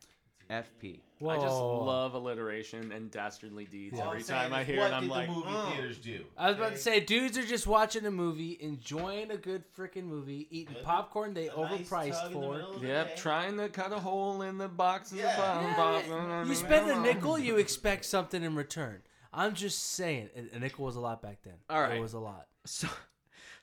S1: FP.
S3: Whoa.
S2: I just love alliteration and dastardly deeds
S4: All I'm
S2: every
S4: saying
S2: time I
S4: is,
S2: hear
S4: what
S2: it. I'm
S4: did
S2: like,
S4: the movie
S2: "Oh."
S4: theaters do?
S3: I was about to
S4: Okay?
S3: say, dudes are just watching a movie, enjoying a good freaking movie, eating
S4: Good.
S3: popcorn they
S4: A nice
S3: overpriced
S4: tug in the
S3: for.
S4: middle of the
S2: yep,
S4: day.
S2: trying to cut a hole in the box in
S4: Yeah.
S2: the bottom.
S3: Yeah,
S2: box.
S3: You spend
S2: Come
S3: a
S2: on.
S3: nickel, you expect something in return. I'm just saying, a- a nickel was a lot back then.
S1: All right.
S3: it was a lot.
S1: So,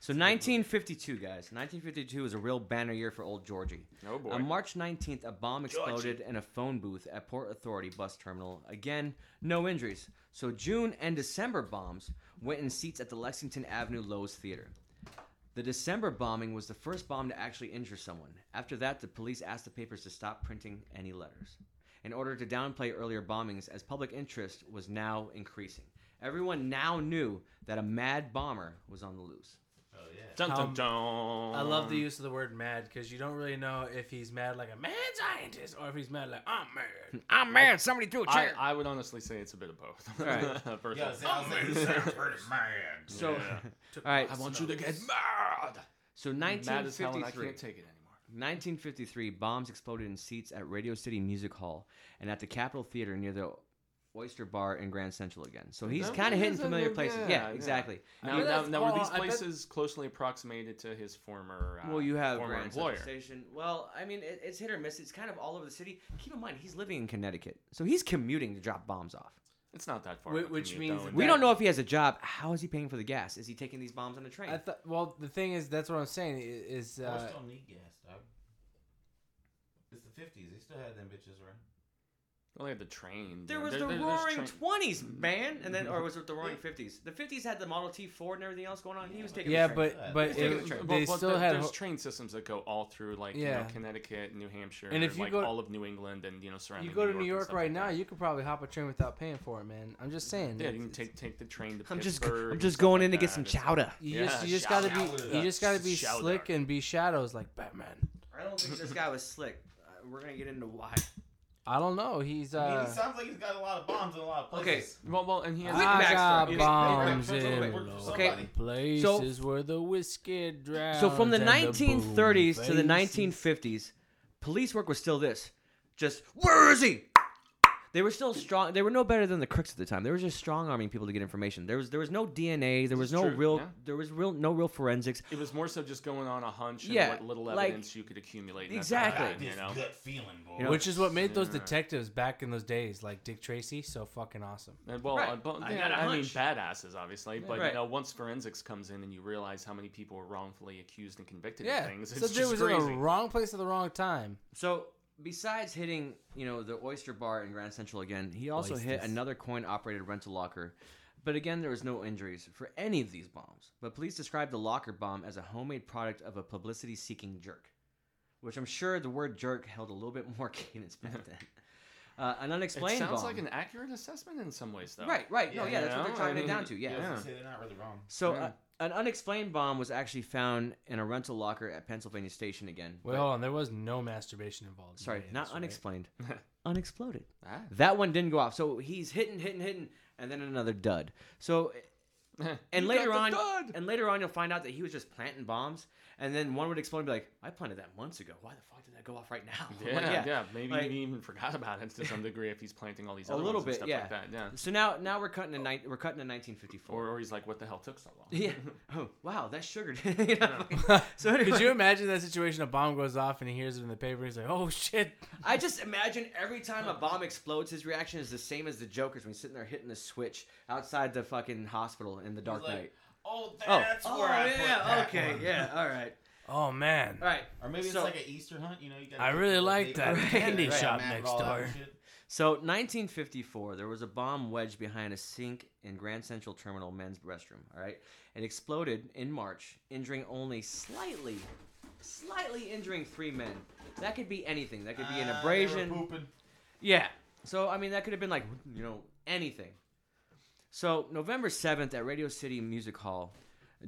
S1: so 1952, guys. 1952 was a real banner year for old Georgie.
S2: Oh boy.
S1: On March 19th, a bomb exploded in a phone booth at Port Authority bus terminal. Again, no injuries. So June and December bombs went in seats at the Lexington Avenue Lowe's Theater. The December bombing was the first bomb to actually injure someone. After that, the police asked the papers to stop printing any letters in order to downplay earlier bombings as public interest was now increasing. Everyone now knew that a mad bomber was on the loose.
S4: Oh yeah.
S2: Dun, dun,
S3: Um,
S2: dun.
S3: I love the use of the word mad because you don't really know if he's mad like a mad scientist or if he's mad like *laughs* I'm mad.
S1: I'm mad. Somebody threw a
S2: I, I would honestly say it's a bit of both. *laughs*
S1: Right.
S2: Personally.
S4: Yeah, sounds
S3: *laughs*
S4: like
S2: *laughs*
S4: sounds pretty mad.
S1: so, uh,
S2: Yeah.
S1: all right.
S2: I want you to get mad.
S1: *laughs* So
S2: I'm Mad as hell and I
S1: 1953,
S2: can't take it anymore.
S1: 1953, bombs exploded in seats at Radio City Music Hall and at the Capitol Theater near the Oyster Bar in Grand Central again. So he's
S2: That
S1: kind of hitting
S2: is a
S1: familiar
S2: little-
S1: places.
S2: yeah,
S1: Yeah,
S2: yeah.
S1: exactly.
S2: Now,
S3: mean,
S2: now,
S3: that's-
S2: now, were
S3: well,
S2: these
S3: I bet-
S2: places closely approximated to his former? Uh,
S1: Well, you have
S2: former
S1: Grand
S2: employer.
S1: Central Station. Well, I mean, it, it's hit or miss. It's kind of all over the city. Keep in mind, he's living in Connecticut, so he's commuting to drop bombs off.
S2: It's not that far.
S3: Whi-
S2: of a
S3: which
S2: commute,
S3: means
S2: though,
S3: that-
S2: and
S1: We
S3: That-
S1: don't know if he has a job. How is he paying for the gas? Is he taking these bombs on the train?
S3: I thought. Well, the thing is, that's what I'm saying i- is
S4: Horse
S3: uh,
S4: don't need gas, dog. It's the fifties. They still had them bitches around.
S2: Well, they had the train.
S1: There
S2: you know,
S1: was the
S2: there's
S1: Roaring
S2: train-
S1: Twenties, man, and then or was it the Roaring Fifties? The Fifties had the Model T, Ford, and everything else going on. He was taking. the
S3: yeah,
S1: train.
S3: but but
S1: Just
S3: it-
S1: take the train.
S3: they
S2: Well, well,
S3: still
S2: there-
S3: had.
S2: there's
S3: ho-
S2: train systems that go all through like you
S3: Yeah.
S2: know, Connecticut, New Hampshire,
S3: And if you
S2: like
S3: go-
S2: all of New England and you know surrounding.
S3: You go to New
S2: and
S3: York
S2: stuff
S3: right
S2: like
S3: now,
S2: that.
S3: you could probably hop a train without paying for it, man. I'm just saying.
S2: yeah,
S3: it's-
S2: you can
S3: it's-
S2: take take the train to
S1: I'm just
S2: Pittsburgh
S1: I'm
S2: and
S1: just
S2: stuff
S1: going
S2: like
S1: in to get
S2: that.
S1: some
S2: It's-
S1: chowder.
S3: You
S2: Yeah,
S3: just you just gotta
S4: shout
S3: be you
S4: out.
S3: just gotta be
S2: Shout
S3: slick
S2: out.
S3: and be shadows like Batman.
S1: I don't think this guy was slick. Uh, we're gonna get into why.
S3: I don't know. He's
S4: I mean, it
S3: uh.
S4: sounds like he's got a lot of bombs in a lot of
S1: Okay.
S4: places.
S2: Well, well, and he has
S1: Quit
S3: I
S1: Baxter.
S3: got
S1: It's-
S3: bombs
S4: it's-
S3: in
S4: it's-
S3: low
S1: okay.
S4: somebody.
S3: places where the whiskey drowns.
S1: So from the
S3: and
S1: 1930s to the
S3: boom
S1: 1950s, police work was still this. Just where is he? They were still strong. They were no better than the crooks at the time. They were just strong arming people to get information. There was there was no DNA. There was
S2: is
S1: no
S2: true,
S1: real.
S2: yeah.
S1: There was real no real forensics.
S2: It was more so just going on a hunch and
S1: Yeah,
S2: what little
S1: like-
S2: evidence you could accumulate. and that's about
S4: I
S1: Exactly.
S4: got
S2: it,
S4: this
S2: You know.
S4: gut feeling, boy.
S1: You know,
S3: Which is what made those
S2: Yeah.
S3: detectives back in those days, like Dick Tracy, so fucking awesome.
S2: And well,
S1: Right.
S2: uh, but,
S1: I
S2: yeah,
S1: got a
S2: I, mean,
S1: hunch.
S2: badasses, obviously. But
S1: Right.
S2: you know, once forensics comes in and you realize how many people were wrongfully accused and convicted
S3: Yeah,
S2: of things, it's
S3: so dude
S2: just
S3: was in
S2: crazy.
S3: the wrong place at the wrong time.
S1: So besides hitting, you know, the Oyster Bar in Grand Central again, he also hit
S3: Oysters.
S1: another coin-operated rental locker. But again, there was no injuries for any of these bombs. But police described the locker bomb as a homemade product of a publicity-seeking jerk, which I'm sure the word "jerk" held a little bit more *laughs* cadence
S2: *laughs*
S1: back then. Uh, an
S2: it
S1: unexplained
S2: sounds
S1: bomb.
S2: like an accurate assessment in some ways, though. *laughs*
S1: right, right. No,
S4: Yeah,
S1: yeah, that's
S2: you
S1: what they're
S2: know,
S1: trying
S2: I
S1: it
S2: mean,
S1: down to. Yeah.
S4: Yeah, I was
S2: Yeah.
S4: gonna say they're not really wrong.
S1: So
S2: Yeah.
S1: uh, an unexplained bomb was actually found in a rental locker at Pennsylvania Station again.
S3: Wait, hold on, there was no masturbation involved. in
S1: Sorry,
S3: any of
S1: not
S3: this, right?
S1: unexplained.
S2: *laughs*
S1: Unexploded.
S2: Ah.
S1: That one didn't go off. So he's hitting, hitting, hitting, and then another dud. So and
S2: You got
S1: later
S2: the
S1: on,
S2: dud!
S1: and later on, you'll find out that he was just planting bombs, and then one would explode and be like, "I planted that months ago. Why the fuck did that go off right now?" *laughs*
S2: Yeah,
S1: Like,
S2: yeah, Maybe
S1: Like-
S2: he even forgot about it to some degree if he's planting all these
S1: A
S2: other
S1: little
S2: ones and
S1: bit,
S2: stuff
S1: yeah.
S2: like that. Yeah.
S1: So now, now we're cutting a ni- we're cutting a 1954.
S2: Or, or he's like, "What the hell took so long?"
S1: *laughs* Yeah. Oh wow, that sugar. *laughs* you know?
S3: *laughs*
S1: *laughs* So anyway,
S3: Could you imagine that situation? A bomb goes off and he hears it in the paper. He's like, "Oh shit!"
S1: I just imagine every time a bomb explodes, his reaction is the same as the Joker's when he's sitting there hitting the switch outside the fucking hospital in the Dark
S4: like,
S1: Knight.
S4: Oh,
S1: Oh,
S4: that's
S1: oh,
S4: where I put
S1: yeah,
S4: that
S1: okay,
S4: one.
S1: yeah, all right,
S3: Oh man,
S1: all right.
S4: Or maybe it's
S1: So-
S4: like an Easter hunt, you know? You gotta
S3: I
S4: get
S3: really
S4: people
S3: like
S4: big-
S3: that
S4: Right,
S1: candy
S4: right,
S3: shop
S4: map it
S3: next
S4: all out
S3: door.
S4: and shit.
S1: So, 1954, there was a bomb wedged behind a sink in Grand Central Terminal men's restroom. All right, it exploded in March, injuring only slightly, slightly injuring three men. That could be anything. That could be an
S4: Ah, they were
S1: abrasion.
S4: pooping.
S1: *laughs* Yeah. So I mean, that could have been like you know anything. So November 7th at Radio City Music Hall,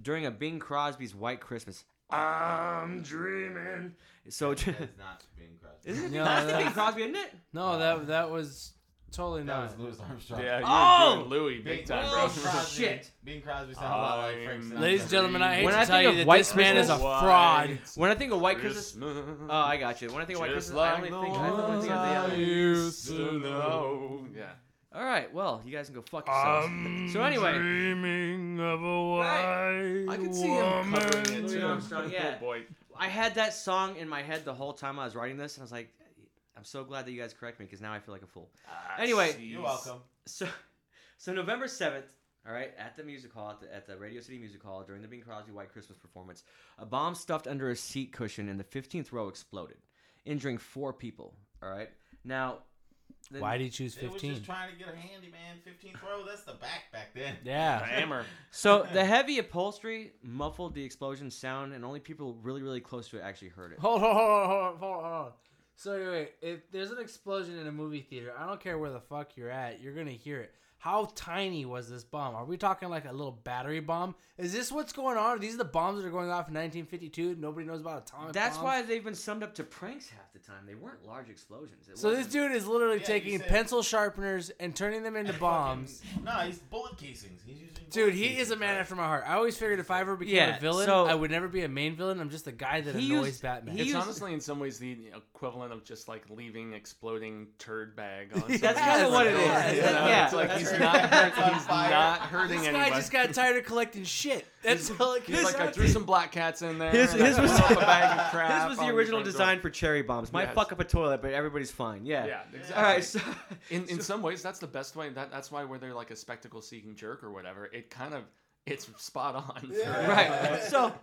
S1: during a Bing Crosby's White Christmas. I'm dreaming. So *laughs*
S4: That's not being crushed.
S1: Isn't it?
S3: No,
S1: that's the
S3: that's-
S1: Bing Crosby, isn't it?
S3: no, that that was Totally
S4: That
S3: not.
S4: was Louis Armstrong.
S2: *laughs* Yeah, you
S1: Oh!
S2: were doing Louis big time,
S1: oh,
S2: bro. *laughs*
S1: Crosby. shit.
S4: Bing Crosby sounds a lot like Frank Sinatra.
S3: Um, Ladies and gentlemen, I hate
S1: When
S3: to
S1: I
S3: tell
S1: think
S3: you
S1: of
S3: that
S1: white
S3: this man is a
S2: White
S3: fraud.
S1: When I think of white Christmas,
S2: Christmas.
S1: oh, I got you. When I think of white Christmas, I only think I only think of the other.
S2: used to know. Yeah.
S1: All right, well, you guys can go fuck yourselves.
S3: Um,
S1: so anyway,
S3: dreaming of a
S1: Right. I could see him
S2: Covering it
S1: Louis
S2: too.
S1: Armstrong, yeah.
S2: Oh boy.
S1: I had that song in my head the whole time I was writing this, and I was like, I'm so glad that you guys correct me because now I feel like a fool. *laughs*
S2: Ah,
S1: Anyway.
S2: jeez.
S4: You're welcome.
S1: So, so November seventh, all right, at the music hall, at the, at the Radio City Music Hall, during the Bing Crosby White Christmas performance, a bomb stuffed under a seat cushion in the fifteenth row exploded, injuring four people. All right, now, the-
S3: Why did you choose
S4: They was just
S3: 15?
S4: trying to get a handyman 15th row. That's the back back then.
S3: Yeah.
S1: *laughs*
S2: Hammer.
S1: so the heavy upholstery muffled the explosion sound, and only people really, really close to it actually heard it.
S3: *laughs* Hold on, hold on, hold on, hold on, hold on. So anyway, if there's an explosion in a movie theater, I don't care where the fuck you're at, you're gonna hear it. How tiny was this bomb? Are we talking like a little battery bomb? Is this what's going on? Are these the bombs that are going off in 1952? Nobody knows about atomic
S1: That's
S3: bombs?
S1: why they've been summed up to pranks half the time. They weren't large explosions. It
S3: So this
S1: wasn't-
S3: dude is literally
S4: Yeah, you
S3: taking
S4: said-
S3: pencil sharpeners and turning
S1: *laughs*
S3: them into
S4: Fucking-
S3: bombs.
S4: No, he's bullet casings. He's using.
S3: Dude,
S4: bullet
S3: he is a
S4: casings,
S3: man
S4: right?
S3: after my heart. I always figured if I ever became
S1: Yeah,
S3: a villain,
S1: so-
S3: I would never be a main villain. I'm just a guy that
S1: He
S3: annoys
S1: used-
S3: Batman.
S1: he
S2: It's
S1: used-
S2: honestly in some ways the equivalent of just like leaving exploding turd bag
S1: *laughs*
S2: on. somebody's
S1: That's kinda what it
S2: door,
S1: is.
S2: you
S1: That-
S2: know?
S1: yeah.
S2: it's like he's
S1: That's
S2: not
S1: right.
S2: hurt, he's
S4: On fire.
S2: not hurting
S3: this guy
S2: anybody.
S3: just got tired of collecting shit. That's all it
S2: He's
S3: goes
S2: like, I
S3: on
S2: threw *laughs*
S3: to.
S2: some black cats in there.
S1: His-
S2: and I
S1: *laughs* his
S2: threw
S1: was-
S2: up a bag of crap
S1: This was the
S2: on
S1: original
S2: front door.
S1: design for cherry bombs. Might
S2: Yes.
S1: fuck up a toilet, but everybody's fine. Yeah.
S2: Yeah, exactly.
S1: All right. So,
S2: *laughs* in, in some ways that's the best way that that's why where they're like a spectacle seeking jerk or whatever it kind of it's spot on for- *laughs*
S4: Yeah. *laughs*
S1: right. So,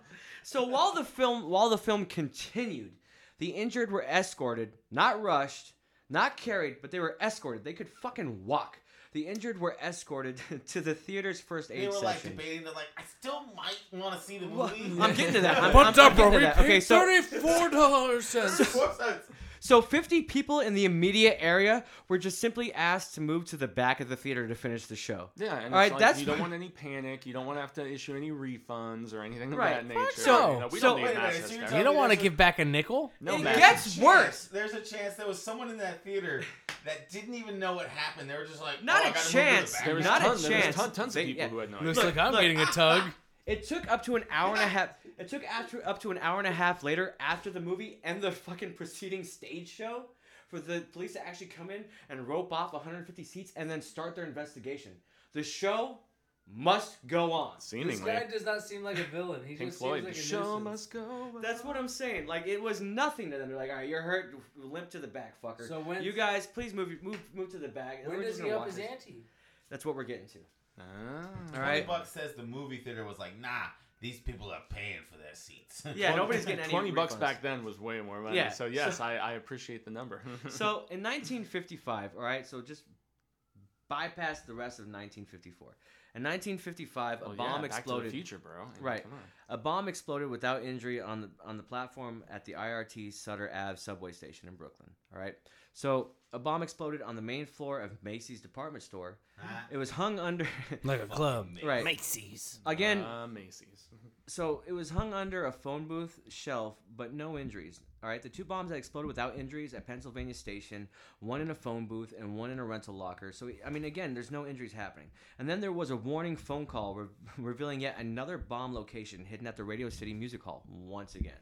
S1: so while the film while the film continued, the injured were escorted, not rushed, not carried, but they were escorted. They could fucking walk. The injured were escorted *laughs* to the theater's first
S4: They
S1: aid
S4: were like
S1: session.
S4: debating. They're like, I still might want to see the
S1: Well,
S4: movie.
S1: I'm getting to
S4: *laughs*
S1: that. I'm-
S3: Put
S1: I'm
S3: up,
S1: getting
S3: bro.
S1: to
S3: We
S1: that.
S3: paid
S1: Okay, so-
S3: thirty-four *laughs* dollars.
S4: Four cents.
S1: So 50 people in the immediate area were just simply asked to move to the back of the theater to finish the show.
S2: yeah and
S1: All
S2: it's
S1: right,
S2: like,
S1: that's-
S2: you don't want any panic you don't want to have to issue any refunds or anything of
S1: Right.
S2: that nature
S3: so.
S2: you know, we
S1: So-
S2: don't need
S1: Wait
S4: a
S2: mass
S4: minute, so you're
S2: hysteria.
S3: You
S4: telling
S3: don't want to
S4: There's a-
S3: give back a nickel.
S2: no
S1: It
S2: mass
S1: gets-
S2: hysteria.
S1: It's worse.
S4: There's a chance there was someone in that theater that didn't even know what happened. They were just like,
S1: Not
S4: oh,
S1: a
S4: I gotta move to the
S1: chance.
S4: back.
S2: there was
S1: Not a
S2: tons, there was
S1: chance.
S2: ton- tons
S1: They-
S2: of people
S1: yeah.
S2: who had no idea
S3: Looks like I'm getting a tug.
S1: It took up to an hour and a
S3: *laughs*
S1: half. It took after up to an hour and a half later after the movie and the fucking preceding stage show for the police to actually come in and rope off 150 seats and then start their investigation. The show must go on.
S2: seemingly
S3: does not seem like a villain. He
S2: Pink Floyd the show must go on.
S1: That's what I'm saying. Like it was nothing to them. They're like, all right, you're hurt, limp to the back, fucker.
S3: So when-
S1: you guys, please move, move, move to the back. We're just gonna watch this.
S3: ante?
S1: That's what we're getting to.
S2: Ah.
S1: All
S4: Tony
S1: right.
S4: Buck says the movie theater was like, nah, these people are paying for their seats. *laughs*
S1: Yeah, nobody's getting any
S2: 20 bucks
S1: refunds.
S2: back then was way more money
S1: Yeah,
S2: so yes
S1: so-
S2: I, I appreciate the number
S1: So
S2: *laughs*
S1: in 1955, all right, so just bypass the rest of 1954. In 1955, a
S2: Well, Oh, yeah,
S1: bomb
S2: Back to the
S1: exploded.
S2: future bro I mean,
S1: Right.
S2: come on.
S1: A bomb exploded without injury on the on the platform at the IRT Sutter Ave subway station in Brooklyn. All right, so a bomb exploded on the main floor of Macy's department store.
S4: Nah.
S1: It was hung under. *laughs*
S3: Like a club.
S1: right.
S3: Macy's.
S1: Again,
S2: Uh, Macy's.
S1: so it was hung under a phone booth shelf, but no injuries. All right, the two bombs that exploded without injuries at Pennsylvania Station, one in a phone booth and one in a rental locker. So I mean, again, there's no injuries happening. And then there was a warning phone call re- *laughs* revealing yet another bomb location hidden at the Radio City Music Hall once again.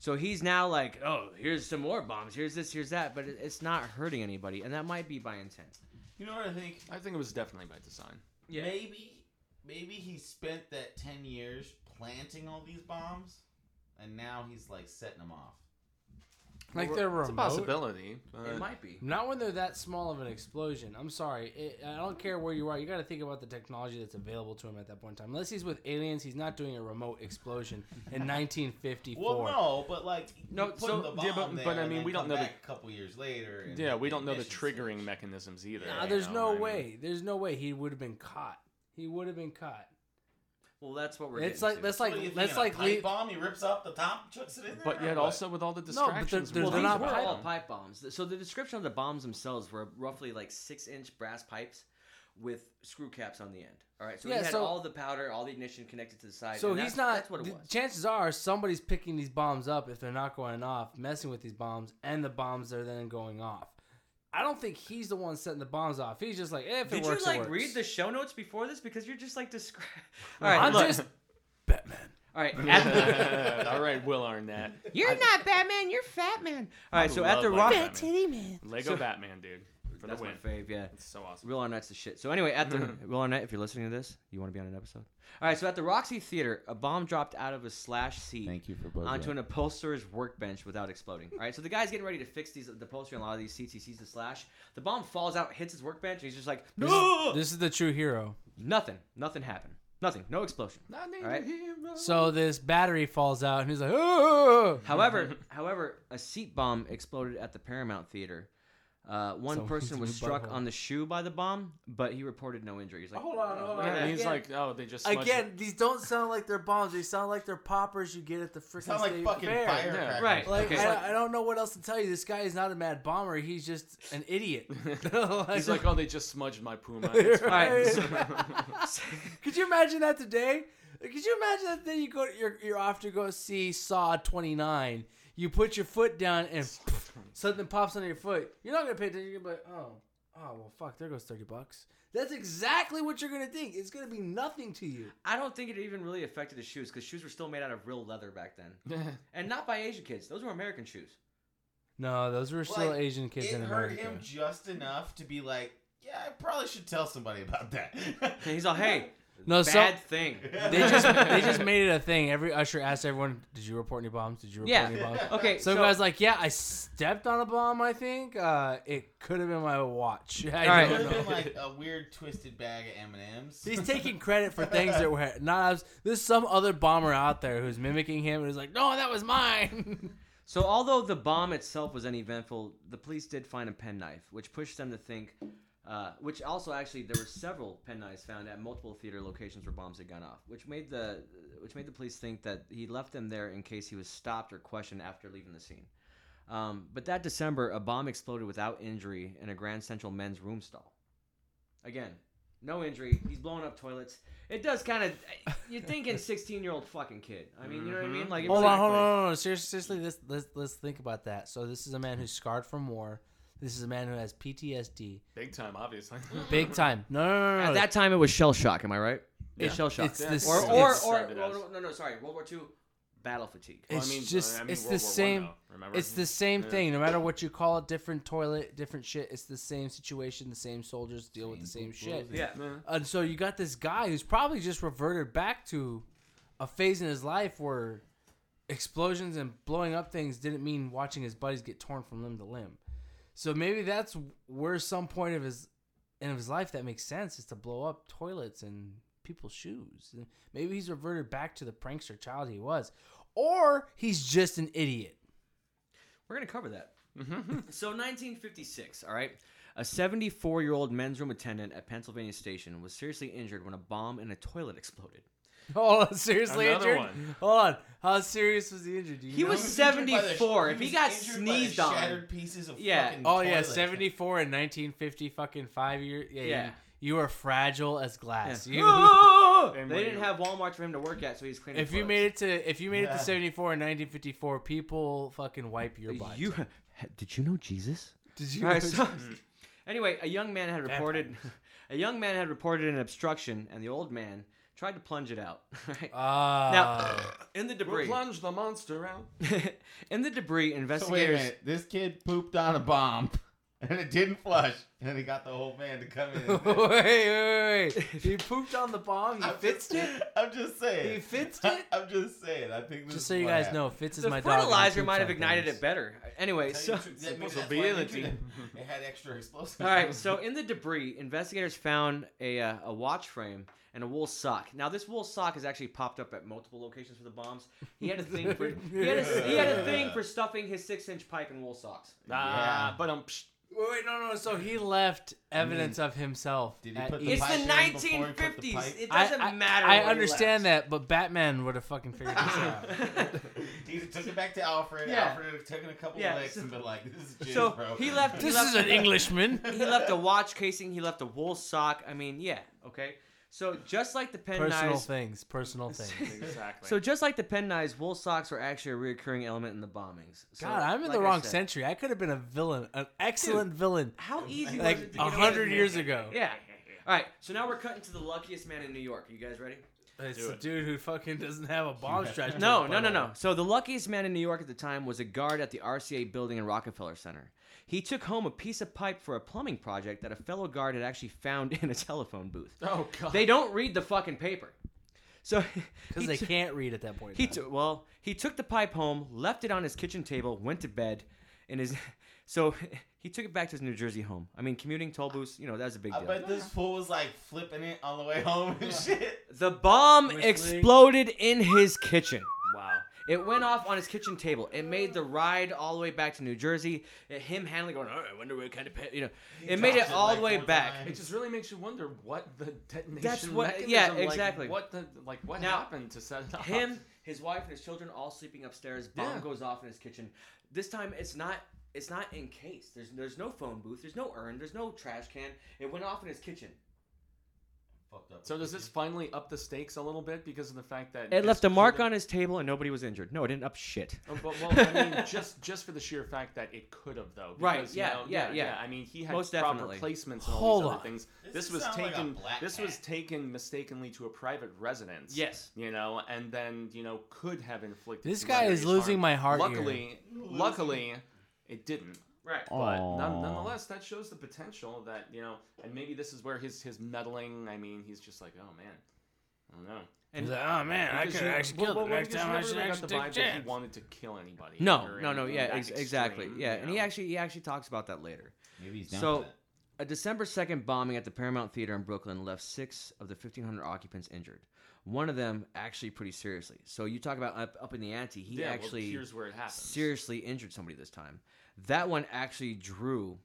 S1: So he's now like, oh, here's some more bombs. Here's this. Here's that. But it- it's not hurting anybody, and that might be by intent.
S4: You know what I think?
S2: I think it was definitely by design.
S4: Maybe, maybe he spent that ten years planting all these bombs, and now he's like setting them off.
S3: Like they're
S2: It's a
S3: remote.
S2: possibility. but-
S1: It might be.
S3: Not when they're that small of an explosion. I'm sorry. It, I don't care where you are. You got to think about the technology that's available to him at that point in time. Unless he's with aliens, he's not doing a remote explosion
S1: *laughs*
S3: in 1954.
S4: Well, no, but like
S1: No,
S4: no, put
S1: so-
S4: the bomb
S2: yeah, but-
S4: there,
S2: but I
S4: and
S2: mean,
S4: then
S2: we don't
S4: come
S2: know the-
S4: back a couple years later. and
S2: yeah,
S4: hit
S2: we don't know the
S4: ignition
S2: triggering
S4: switch.
S2: mechanisms either.
S3: Nah,
S2: you
S3: there's
S2: know, I
S3: no
S2: mean,
S3: way. There's no way he would have been caught. He would have been caught.
S1: Well, that's what we're.
S3: it's
S1: getting
S3: like
S1: to.
S3: that's
S4: What do you
S3: like
S4: think,
S3: that's
S4: a
S3: like
S4: pipe
S3: leave.
S4: bomb. He rips off the top, chucks it in there.
S2: But
S4: or
S2: yet,
S4: what?
S2: also with all the
S3: they're-
S2: distractions,
S3: they're
S2: we
S1: Well, these
S2: talked
S3: not
S1: were
S2: about.
S1: all pipe bombs. Th- So the description of the bombs themselves were roughly like six-inch brass pipes with screw caps on the end. All right, so
S3: Yeah,
S1: he had
S3: so-
S1: all the powder, all the ignition connected to the side.
S3: So
S1: and
S3: he's
S1: that's-
S3: not.
S1: That's what it
S3: the
S1: was.
S3: Chances are somebody's picking these bombs up if they're not going off, messing with these bombs, and the bombs are then going off. I don't think he's the one setting the bombs off. He's just like, eh, if
S1: Did
S3: it works,
S1: you
S3: it
S1: like
S3: works.
S1: read the show notes before this? Because you're just like
S3: *laughs*
S1: describing. All
S3: I'm
S1: right, look.
S2: *laughs*
S3: just Batman.
S1: All right, at-
S2: All right, Will Arnett,
S1: *laughs* you're not Batman. You're Fat Man. All right,
S2: I
S1: so
S2: love
S1: at the
S2: my
S1: rock,
S2: Batman.
S3: man.
S2: Lego
S1: So-
S2: Batman, dude, for
S1: that's
S2: the
S1: my
S2: win.
S1: fave. Yeah.
S2: It's so awesome.
S1: Will Arnett's the shit. So anyway, at the
S3: *laughs*
S1: Will Arnett, if you're listening to this, you want to be on an episode. All right, so at the Roxy Theater, a bomb dropped out of a slash seat
S4: Thank you for both.
S1: onto an upholsterer's workbench without exploding. All right, so the guy's getting ready to fix these the upholstery on a lot of these seats. He sees the slash. The bomb falls out, hits his workbench, and he's just like, no,
S3: This is the true hero.
S1: nothing, nothing happened, nothing, no
S3: *laughs*
S1: explosion.
S2: I need
S1: All right.
S2: a hero.
S3: So this battery falls out, and he's like, oh.
S1: However, however, a seat bomb exploded at the Paramount Theater. Uh, one
S3: Someone's
S1: person was
S3: new
S1: struck
S3: butthole.
S1: on the shoe by the bomb, but he reported no injuries. Like,
S3: Hold on, hold
S1: look
S3: on.
S1: at
S2: And
S1: that.
S2: he's
S3: Again-
S2: like, oh, they just smudged
S3: Again, these don't sound like they're bombs. They sound like they're poppers you get at the freaking
S4: Sound like
S3: state
S4: fucking
S3: fair.
S4: firecrackers.
S1: Right.
S3: Like,
S1: Okay.
S3: I, I don't know what else to tell you. This guy is not a mad bomber. He's just an idiot.
S2: it. *laughs* He's
S3: *laughs*
S2: like, oh, they just smudged my Puma. It's fine.
S1: right. *laughs*
S3: *laughs* Could you imagine that today? Could you imagine that today? You go, you're, you're off to go see Saw 29. You put your foot down and *laughs* something pops on your foot. You're not gonna pay attention. You're gonna be like, oh, oh, well, fuck. There goes thirty bucks. That's exactly what you're gonna think. It's gonna be nothing to you.
S1: *laughs* I don't think it even really affected his shoes because shoes were still made out of real leather back then, and not by Asian kids. Those were American shoes.
S3: No, those were still
S4: Like,
S3: Asian kids
S4: it
S3: in
S4: hurt
S3: America.
S4: him just enough to be like, yeah, I probably should tell somebody
S2: *laughs*
S4: about that.
S1: And he's all,
S4: *laughs*
S1: "Hey,
S3: No, so-
S1: *laughs* bad thing."
S3: they *laughs* just they just made it a thing. Every usher asked everyone, "Did you report any bombs? Did you report
S1: Yeah.
S3: any
S1: *laughs*
S3: bombs?"
S1: Okay,
S3: So,
S1: so,
S3: guys, like, yeah, I stepped on a bomb. I think uh, it could have been my watch. *laughs* I
S1: All right.
S4: It
S3: don't
S4: would have
S3: know.
S2: *laughs*
S4: been like a weird twisted bag of M and M's.
S3: He's
S4: *laughs*
S3: taking credit for things that were not. us. There's some other bomber out there who's mimicking him and is like, "No, that was mine." *laughs*
S1: so although the bomb itself was uneventful, the police did find a penknife, which pushed them to think. Uh, which also actually there were several penknives found at multiple theater locations where bombs had gone off, which made the which made the police think that he left them there in case he was stopped or questioned after leaving the scene. Um, but that December, a bomb exploded without injury in a Grand Central men's room stall. Again, no injury. He's blowing up toilets. It does kind of. You're
S3: *laughs*
S1: thinking 16 year old fucking kid. I mean, you know what I mean? Like, it
S3: hold on, hold
S1: really-
S3: on, hold on. Seriously, seriously, let's, let's let's think about that. So this is a man who's scarred from war. This is a man who has PTSD,
S2: *laughs* Big time, obviously. *laughs*
S3: big time. No, no, no, no.
S1: At
S3: no.
S1: that time, it was shell shock. Am I right?
S2: Yeah.
S1: It's shell shock.
S3: It's the
S1: or
S3: s-
S1: or,
S2: it's
S1: or,
S2: described it as.
S1: no, no, sorry. World War II, battle fatigue.
S2: Well,
S3: it's just it's the same.
S2: One, though, remember?
S3: It's
S2: *laughs*
S3: the same
S2: Yeah.
S3: thing, no matter what you call it. Different toilet, different shit. It's the same situation. The same soldiers deal with the same shit.
S1: *laughs* Yeah.
S2: Yeah.
S3: And so you got this guy who's probably just reverted back to a phase in his life where explosions and blowing up things didn't mean watching his buddies get torn from limb to limb. So maybe that's where some point of his in his life that makes sense is to blow up toilets and people's shoes. And Maybe he's reverted back to the prankster child he was, or he's just an idiot. *laughs*
S1: We're going to cover that. so 1956, all right? A 74 year old men's room attendant at Pennsylvania Station was seriously injured when a bomb in a toilet exploded.
S3: Hold on, seriously
S2: Another
S3: injured.
S2: one.
S3: Hold on, how serious was the injury? Do you
S1: He
S3: know?
S1: was
S4: injured by the-
S1: 74. If he
S4: was
S1: got
S4: injured by the
S1: sneezed on-
S4: shattered pieces of
S1: Yeah.
S4: fucking
S3: Oh yeah,
S4: toilet.
S3: seventy four and nineteen fifty fucking five years. Yeah,
S1: Yeah.
S3: You, you are fragile as glass. You,
S1: Ah! *laughs*
S2: And
S1: they
S2: when
S1: didn't
S2: you-
S1: have Walmart for him to work at, so he's *laughs* cleaning.
S3: if you
S1: toilets.
S3: made it to if you made it
S4: Yeah.
S3: to seventy four and nineteen fifty four, people fucking wipe your
S1: *laughs*
S3: butt.
S1: you did you know Jesus?
S3: did
S1: All right, so- *laughs* anyway, a young man had reported *laughs* a young man had reported an obstruction, and the old man tried to plunge it out. *laughs* All right?
S4: Uh,
S3: Ah.
S1: now, in the
S2: We'll
S1: debris,
S2: plunge the monster out.
S1: in the debris,
S4: So wait a
S1: investigators.
S4: minute. This kid pooped on a bomb, *laughs* and it didn't flush, and he got the whole man to come
S3: *laughs*
S1: *laughs*
S3: wait,
S4: in.
S3: wait, wait. He pooped on the bomb. He
S4: I'm
S3: fixed
S4: just-
S3: it.
S4: *laughs* I'm just saying.
S3: He
S4: *laughs*
S3: fixed it?
S4: I'm just saying. I think this
S3: Just
S4: is
S3: so you
S4: what
S3: guys
S4: happened.
S3: know, Fitz is
S1: the
S3: my dog. and he
S1: fertilizer
S3: poops
S1: might have
S3: on
S1: ignited
S3: things.
S1: it better. Anyway, so
S4: That- maybe that's why they
S2: Possibility.
S4: did *laughs* It It had extra
S1: *laughs*
S4: explosives.
S1: all right, so in the debris, investigators found a uh, a watch frame and a wool sock. Now, this wool sock has actually popped up at multiple locations for the bombs. He had a thing for he had a, he had a thing for stuffing his six inch pipe in wool socks.
S2: Ah,
S4: Yeah.
S2: but um, psh,
S3: Wait, wait, no, no. So he left evidence of himself.
S4: Did he
S3: at
S4: put the
S3: each-
S1: It's
S4: pipe
S1: the
S4: in before he put the
S1: 1950s.
S4: pipe?
S1: It
S3: I-
S1: doesn't
S3: I,
S1: matter.
S3: I
S1: where he
S3: understand
S1: left.
S3: that, but Batman would have fucking figured
S4: *laughs*
S3: this out.
S4: *laughs* he took it back to Alfred.
S1: Yeah.
S4: Alfred had taken a couple
S1: Yeah,
S4: licks
S1: so-
S4: and been like,
S1: *laughs*
S4: "This is jizz,
S1: so
S4: bro."
S1: he left- *laughs*
S3: This is an Englishman.
S4: *laughs*
S1: He left a watch casing. He left a wool sock. I mean, yeah, okay. So just like the pen
S3: personal
S1: knives,
S3: things. Personal things.
S2: Exactly.
S1: so just like the pen knives, wool socks were actually a reoccurring element in the bombings. So,
S3: God, I'm in
S1: like
S3: the
S1: I
S3: wrong
S1: said,
S3: century. I could have been a villain, an excellent
S2: *laughs*
S3: villain,
S1: How easy was
S3: like
S1: it to
S3: a
S1: get away
S3: hundred
S1: with it?
S3: years ago.
S1: Yeah. All right. So now we're cutting to the luckiest man in New York. Are you guys
S3: *laughs*
S1: ready?
S3: It's
S5: Do
S3: the
S5: it.
S3: dude who fucking doesn't
S2: *laughs*
S3: have a bomb stretch.
S1: No, no, no, no. So the luckiest man in New York at the time was a guard at the RCA building in Rockefeller Center. He took home a piece of pipe for a plumbing project that a fellow guard had actually found *laughs* in a telephone booth.
S2: oh god.
S1: They don't read the fucking paper. So *laughs*
S3: Because
S1: he
S3: they
S1: took-
S3: can't read at that point.
S1: He
S3: in
S1: took well, he took the pipe home, left it on his kitchen table, went to bed, and his *laughs* so he took it back to his New Jersey home. I mean, commuting toll booths, you know, that was a big
S4: I
S1: deal.
S4: bet this fool was like flipping it on the way home and shit.
S1: The bomb
S3: Whistling.
S1: exploded in his kitchen.
S2: wow.
S1: It went off on his kitchen table. It made the ride all the way back to New Jersey. It, him handling going, oh, I wonder what kind of pet, you know. it made
S4: dropped
S1: it
S4: it,
S1: all
S4: like,
S1: the way
S4: four
S1: back.
S4: times.
S2: It just really makes you wonder what the detonation.
S1: That's what-
S2: mechanism,
S1: yeah,
S2: like,
S1: exactly.
S2: what the like what
S1: Now,
S2: happened to set it off?
S1: Him, his wife, and his children all sleeping upstairs. Bomb
S2: Yeah.
S1: goes off in his kitchen. This time, it's not. It's not encased. There's there's no phone booth. There's no urn. There's no trash can. It went off in his kitchen.
S4: Fucked up.
S2: So does this finally up the stakes a little bit because of the fact that
S1: It
S2: this
S1: left a mark
S2: could've-
S1: on his table, and nobody was injured. No, it didn't up shit.
S2: Oh, but, well,
S1: *laughs*
S2: I mean, just just for the sheer fact that it could have though.
S1: Right,
S2: because, you
S1: yeah,
S2: know,
S1: yeah, yeah.
S2: I mean, he had
S1: Most
S2: proper
S1: definitely.
S2: placements and all
S3: Hold
S2: these
S3: on.
S2: other things.
S4: This
S2: This, was
S4: sounds like a
S2: taken.
S4: black
S2: this was
S4: hat.
S2: taken mistakenly to a private residence.
S1: Yes.
S2: You know, and then you know could have inflicted.
S3: This
S2: some
S3: guy is
S2: serious
S3: losing
S2: harm.
S3: my heart here.
S2: Luckily,
S4: Losing-
S2: luckily, it didn't.
S1: Right.
S2: But
S3: Aw.
S2: none, nonetheless, that shows the potential that you know, and maybe this is where his his meddling. I mean, he's just like, oh man, I don't know.
S3: He's like, oh man, I
S2: Because
S3: could
S2: you-
S3: actually
S2: well,
S3: kill
S2: well,
S3: him. Next
S2: because you
S3: time I
S2: never
S3: should
S2: really got
S3: actually
S2: the
S3: take a
S2: vibe that he
S3: chance.
S2: wanted to kill anybody.
S1: No,
S2: or
S1: no, no.
S2: anything
S1: Yeah,
S2: that
S1: ex- exactly.
S2: extreme,
S1: Yeah,
S2: you
S1: and he
S2: know?
S1: actually he actually talks about that later.
S4: Maybe he's down
S1: So-
S4: for that.
S1: A December 2nd bombing at the Paramount Theater in Brooklyn left six of the 1,500 occupants injured. One of them actually pretty seriously. So you talk about up, up in the ante. He
S2: Yeah, well,
S1: actually
S2: here's where it happens.
S1: seriously injured somebody this time. That one actually drew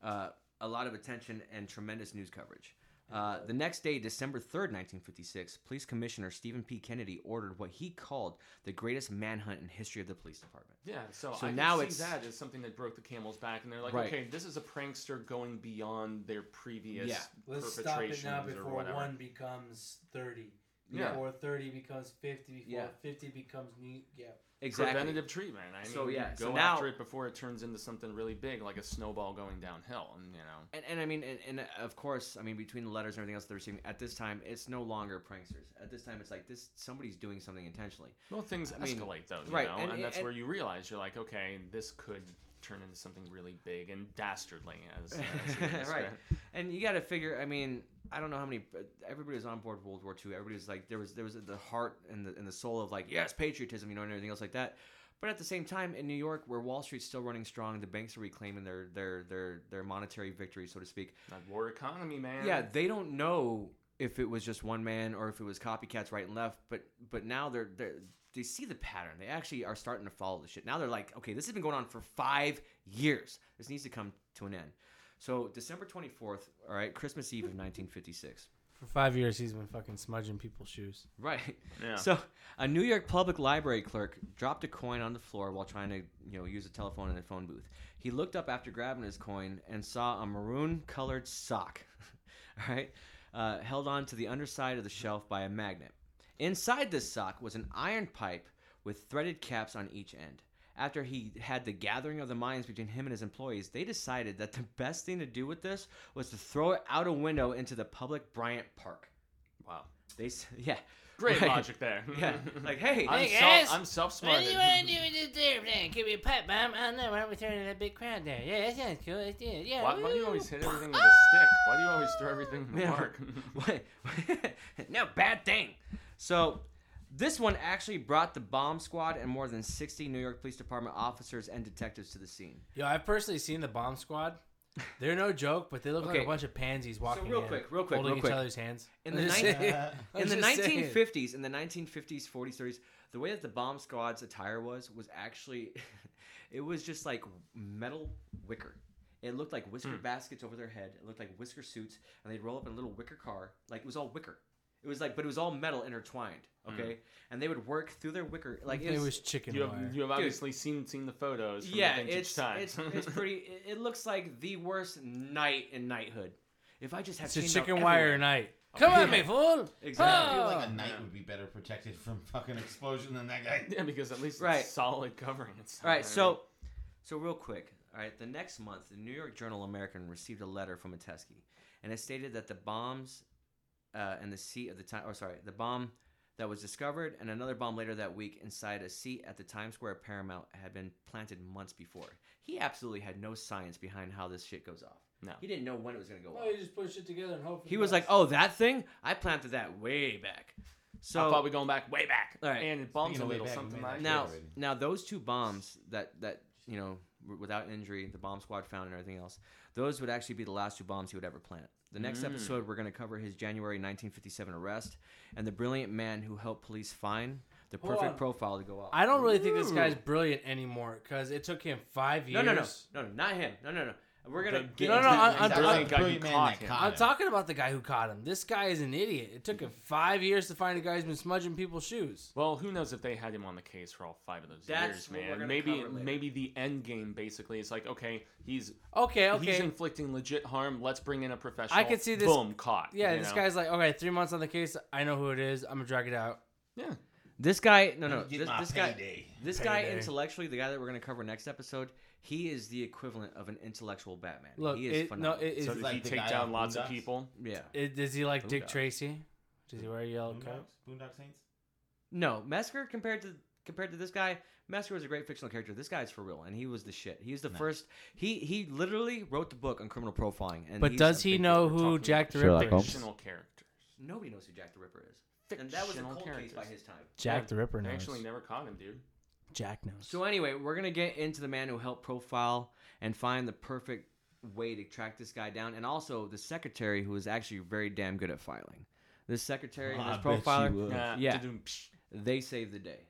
S1: uh, a lot of attention and tremendous news coverage. Uh, the next day, December 3rd, 1956, Police Commissioner Stephen P. Kennedy ordered what he called the greatest manhunt in history of the police department.
S2: Yeah, so,
S1: So
S2: I
S1: now
S2: now see
S1: it's-
S2: that as something that broke the camel's back, and they're like,
S1: Right.
S2: okay, this is a prankster going beyond their previous
S1: Yeah.
S3: Let's stop
S2: perpetrations
S3: it now
S2: or
S3: before
S2: whatever.
S3: one becomes thirty.
S2: Yeah.
S3: Before thirty becomes fifty. Before
S1: Yeah.
S3: fifty becomes new. Yeah.
S1: Exactly.
S2: Preventative treatment. I mean,
S1: So, yeah,
S2: go
S1: so now-
S2: after it before it turns into something really big, like a snowball going downhill, and you know.
S1: And, and I mean, and, and of course, I mean, between the letters and everything else they're receiving, at this time, it's no longer pranksters. At this time, it's like this somebody's doing something intentionally.
S2: Well, things
S1: I
S2: escalate
S1: mean,
S2: though, you
S1: right,
S2: know,
S1: and-
S2: and, that's
S1: and-
S2: where you realize you're like, okay, this could turn into something really big and dastardly.
S1: *laughs*
S2: As, as you would
S1: right.
S2: describe.
S1: And you got to figure, I mean, I don't know how many, but everybody was on board World War II. Everybody was like, there was, there was the heart and the, and the soul of like, yes, patriotism, you know, and everything else like that. But at the same time, in New York, where Wall Street's still running strong, the banks are reclaiming their, their, their, their monetary victory, so to speak.
S2: That war economy, man.
S1: Yeah, they don't know if it was just one man or if it was copycats right and left, but but now they're they they see the pattern. They actually are starting to follow the shit. Now they're like, okay, this has been going on for five years. This needs to come to an end. So December twenty fourth, all right, Christmas Eve of nineteen fifty six.
S3: For five years, he's been fucking smudging people's shoes.
S1: Right.
S2: Yeah.
S1: So a New York public library clerk dropped a coin on the floor while trying to, you know, use a telephone in a phone booth. He looked up after grabbing his coin and saw a maroon colored sock, *laughs* all right, uh, held onto the underside of the shelf by a magnet. Inside this sock was an iron pipe with threaded caps on each end. After he had the gathering of the minds between him and his employees, they decided that the best thing to do with this was to throw it out a window into the public Bryant Park.
S2: Wow.
S1: They, s- *laughs* yeah,
S2: Great
S1: Right.
S2: logic there.
S1: *laughs* yeah,
S3: *laughs*
S1: like hey,
S2: *laughs* I'm,
S3: Hey, guys.
S2: self, I'm
S3: What
S2: self-smarted.
S3: do you want to do with this there thing? Give me a pipe bomb. I don't know. Why don't we throw it in that big crowd there? Yeah, that sounds cool. Let's do it.
S2: *laughs*
S3: Yeah.
S2: Why, why do you
S3: woo.
S2: always hit everything with a stick? Why do you always throw everything in the
S1: Yeah. *laughs* *laughs*
S2: mark? *laughs*
S1: What? *laughs* no bad thing. So this one actually brought the bomb squad and more than 60 New York Police Department officers and detectives to the scene.
S3: Yo, I've personally seen the bomb squad. They're no joke, but they look like
S1: Okay.
S3: a bunch of pansies walking.
S1: real
S3: in,
S1: quick, real quick,
S3: holding
S1: real
S3: each
S1: quick.
S3: other's hands. *laughs*
S1: In
S3: I'm
S1: the
S3: just
S1: nine-
S3: saying-
S1: *laughs*
S3: I'm
S1: in the
S3: just saying.
S1: 1950s, in the 1950s, 40s, 30s, the way that the bomb squad's attire was was actually, *laughs* it was just like metal wicker. It looked like whisker
S3: Hmm.
S1: baskets over their head. It looked like whisker suits, and they'd roll up in a little wicker car. Like it was all wicker. It was like, but it was all metal intertwined.
S3: Hmm.
S1: Okay, and they would work through their wicker. Like
S3: It was chicken
S2: You
S3: wire.
S2: have, you have obviously seen seen the photos. From
S1: yeah,
S2: the vintage
S1: it's,
S2: times.
S1: it's
S2: *laughs*
S1: it's pretty. It, it looks like the worst night in knighthood. If I just had
S3: It's a
S1: chained up
S3: chicken
S1: everywhere. Oh,
S3: wire night. Come at me, fool!
S1: Exactly.
S4: I feel like
S3: Oh.
S4: a knight would be better protected from fucking explosion than that guy.
S2: Yeah, because at least
S1: Right.
S2: it's solid covering. It's
S1: All right,
S2: I
S1: so
S2: mean,
S1: so real quick. All right, the next month, the New York Journal American received a letter from Metesky, and it stated that the bombs uh, and the seat of the time, or sorry, the bomb that was discovered and another bomb later that week inside a seat at the Times Square Paramount had been planted months before. He absolutely had no science behind how this shit goes off.
S2: No.
S1: he didn't know when it was gonna go
S3: Oh,
S1: off.
S3: you just push it together and hope.
S1: He was like, "Oh, that thing! I planted that way back." So
S2: I thought we going back way back.
S1: All right.
S2: And it bombs
S4: Speaking
S2: a
S4: of way
S2: little
S4: back, we
S2: something
S4: made
S2: like
S4: that
S1: now,
S4: already.
S1: now those two bombs that that you know w- without injury, the bomb squad found and everything else. Those would actually be the last two bombs he would ever plant. The next
S2: Mm.
S1: episode, we're going to cover his January 1957 arrest and the brilliant man who helped police find the
S3: Hold
S1: perfect
S3: on.
S1: profile to go off.
S3: I don't really think this
S2: Ooh.
S3: guy's brilliant anymore because it took him five
S1: no,
S3: years.
S1: no, no, no, no, not him. No, no, no. We're gonna
S2: The-
S1: get
S3: No, no,
S1: into-
S3: I- I'm- I'm-
S4: That was a brilliant
S2: guy who
S4: man that
S2: caught him.
S1: Ah,
S4: caught
S3: I'm
S4: him.
S3: talking about the guy who caught him. This guy is an idiot. It took him five years to find a guy who's been smudging people's shoes.
S2: Well, who knows if they had him on the case for all five of those
S1: That's
S2: years,
S1: what we're
S2: man?
S1: gonna
S2: Maybe
S1: cover later.
S2: maybe the end game basically is like, okay, he's
S3: Okay,
S2: he's
S3: okay.
S2: inflicting legit harm. Let's bring in a professional.
S3: could see this-
S2: Boom, caught.
S3: yeah,
S2: you
S3: this
S2: know?
S3: guy's like, okay, three months on the case. I know who it is. I'm gonna drag it out.
S2: Yeah,
S1: This guy, *laughs* no, no,
S4: Get
S1: this,
S4: my
S1: this guy,
S4: payday.
S1: this guy
S3: Payday.
S1: intellectually, the guy that we're going to cover next episode, he is the equivalent of an intellectual Batman.
S3: Look,
S1: he is
S3: it, no,
S1: phenomenal.
S3: it is.
S2: so did
S4: like
S2: he
S4: the
S2: take
S4: guy
S2: down
S4: on
S2: lots of
S4: Boondocks?
S2: people?
S1: yeah.
S3: it- does he like
S1: Who
S3: Dick
S1: does?
S3: Tracy? Does he wear a yellow coat?
S4: Boondocks? Boondock Saints?
S1: No, Mesker compared to compared to this guy, Mesker was a great fictional character. This guy's for real, and he was the shit. He's the first. He he literally wrote the book on criminal profiling. And
S3: But
S1: he's
S3: does
S1: a
S3: he
S1: big deal.
S3: know
S2: talking
S3: who
S2: about
S3: Jack the
S5: Sherlock
S3: Ripper
S5: Holmes.
S3: is?
S2: Fictional characters.
S1: Nobody knows who Jack the Ripper is, and that was a
S2: Fictional
S1: cold case
S2: characters.
S1: by his time.
S3: Jack the Ripper
S2: They
S3: knows.
S2: actually never caught him, dude.
S3: Jack knows.
S1: So anyway, we're gonna get into the man who helped profile and find the perfect way to track this guy down, and also the secretary who is actually very damn good at filing. This secretary and
S4: *laughs* I
S1: this
S4: bet she
S1: profiler,
S4: would.
S2: Nah,
S1: Yeah.
S2: da-doom, psh.
S1: they saved the day.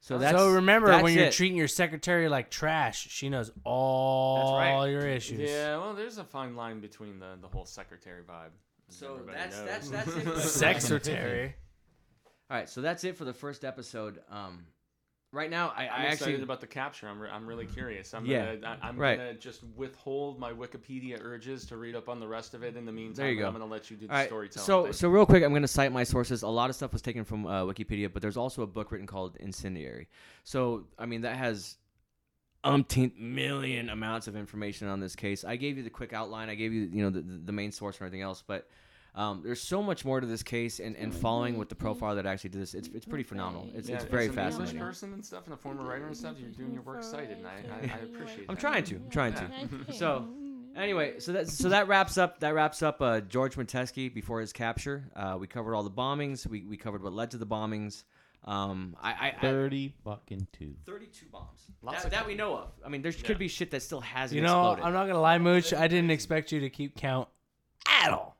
S1: So
S3: So,
S1: that's
S3: remember
S1: that's
S3: when you're
S1: it.
S3: treating your secretary like trash, she knows all
S1: That's right.
S3: your issues.
S2: Yeah, well, there's a fine line between the, the whole secretary vibe.
S1: So
S2: Everybody
S1: that's-
S2: knows.
S1: that's- that's
S2: *laughs*
S1: it.
S3: Secretary.
S1: All right, so that's it for the first episode. Um, right now, I, I
S2: I'm
S1: actually
S2: excited about the capture. I'm, re- I'm really curious. I'm
S1: Yeah,
S2: gonna, I- I'm
S1: right.
S2: gonna just withhold my Wikipedia urges to read up on the rest of it. In the meantime,
S1: There you go.
S2: I'm gonna let you do the
S1: All right,
S2: storytelling.
S1: so
S2: thing.
S1: so real quick, I'm going to cite my sources. A lot of stuff was taken from uh, Wikipedia, but there's also a book written called Incendiary. So I mean, that has umpteen million amounts of information on this case. I gave you the quick outline. I gave you you know the, the the main source and everything else, but. Um, there's so much more to this case, and, and following with the profile that actually did this, it's, it's pretty phenomenal. It's,
S2: Yeah,
S1: it's very
S2: as an
S1: fascinating.
S2: English person and stuff, and a former writer and stuff. You're doing your work cited, and I, I, I appreciate.
S1: I'm
S2: that.
S1: trying to. I'm trying to.
S2: Yeah.
S1: So anyway, so that so that wraps up that wraps up uh, George Montesky before his capture. Uh, we covered all the bombings. We, we covered what led to the bombings. Um, I, I, I
S5: Thirty fucking two.
S1: 32 bombs
S2: Lots
S1: that,
S2: of-
S1: that we know of. I mean, there
S2: Yeah.
S1: could be shit that still hasn't
S3: You know,
S1: exploded.
S3: I'm
S1: I'm,
S3: not gonna lie, Mooch. I didn't expect you to keep count at all.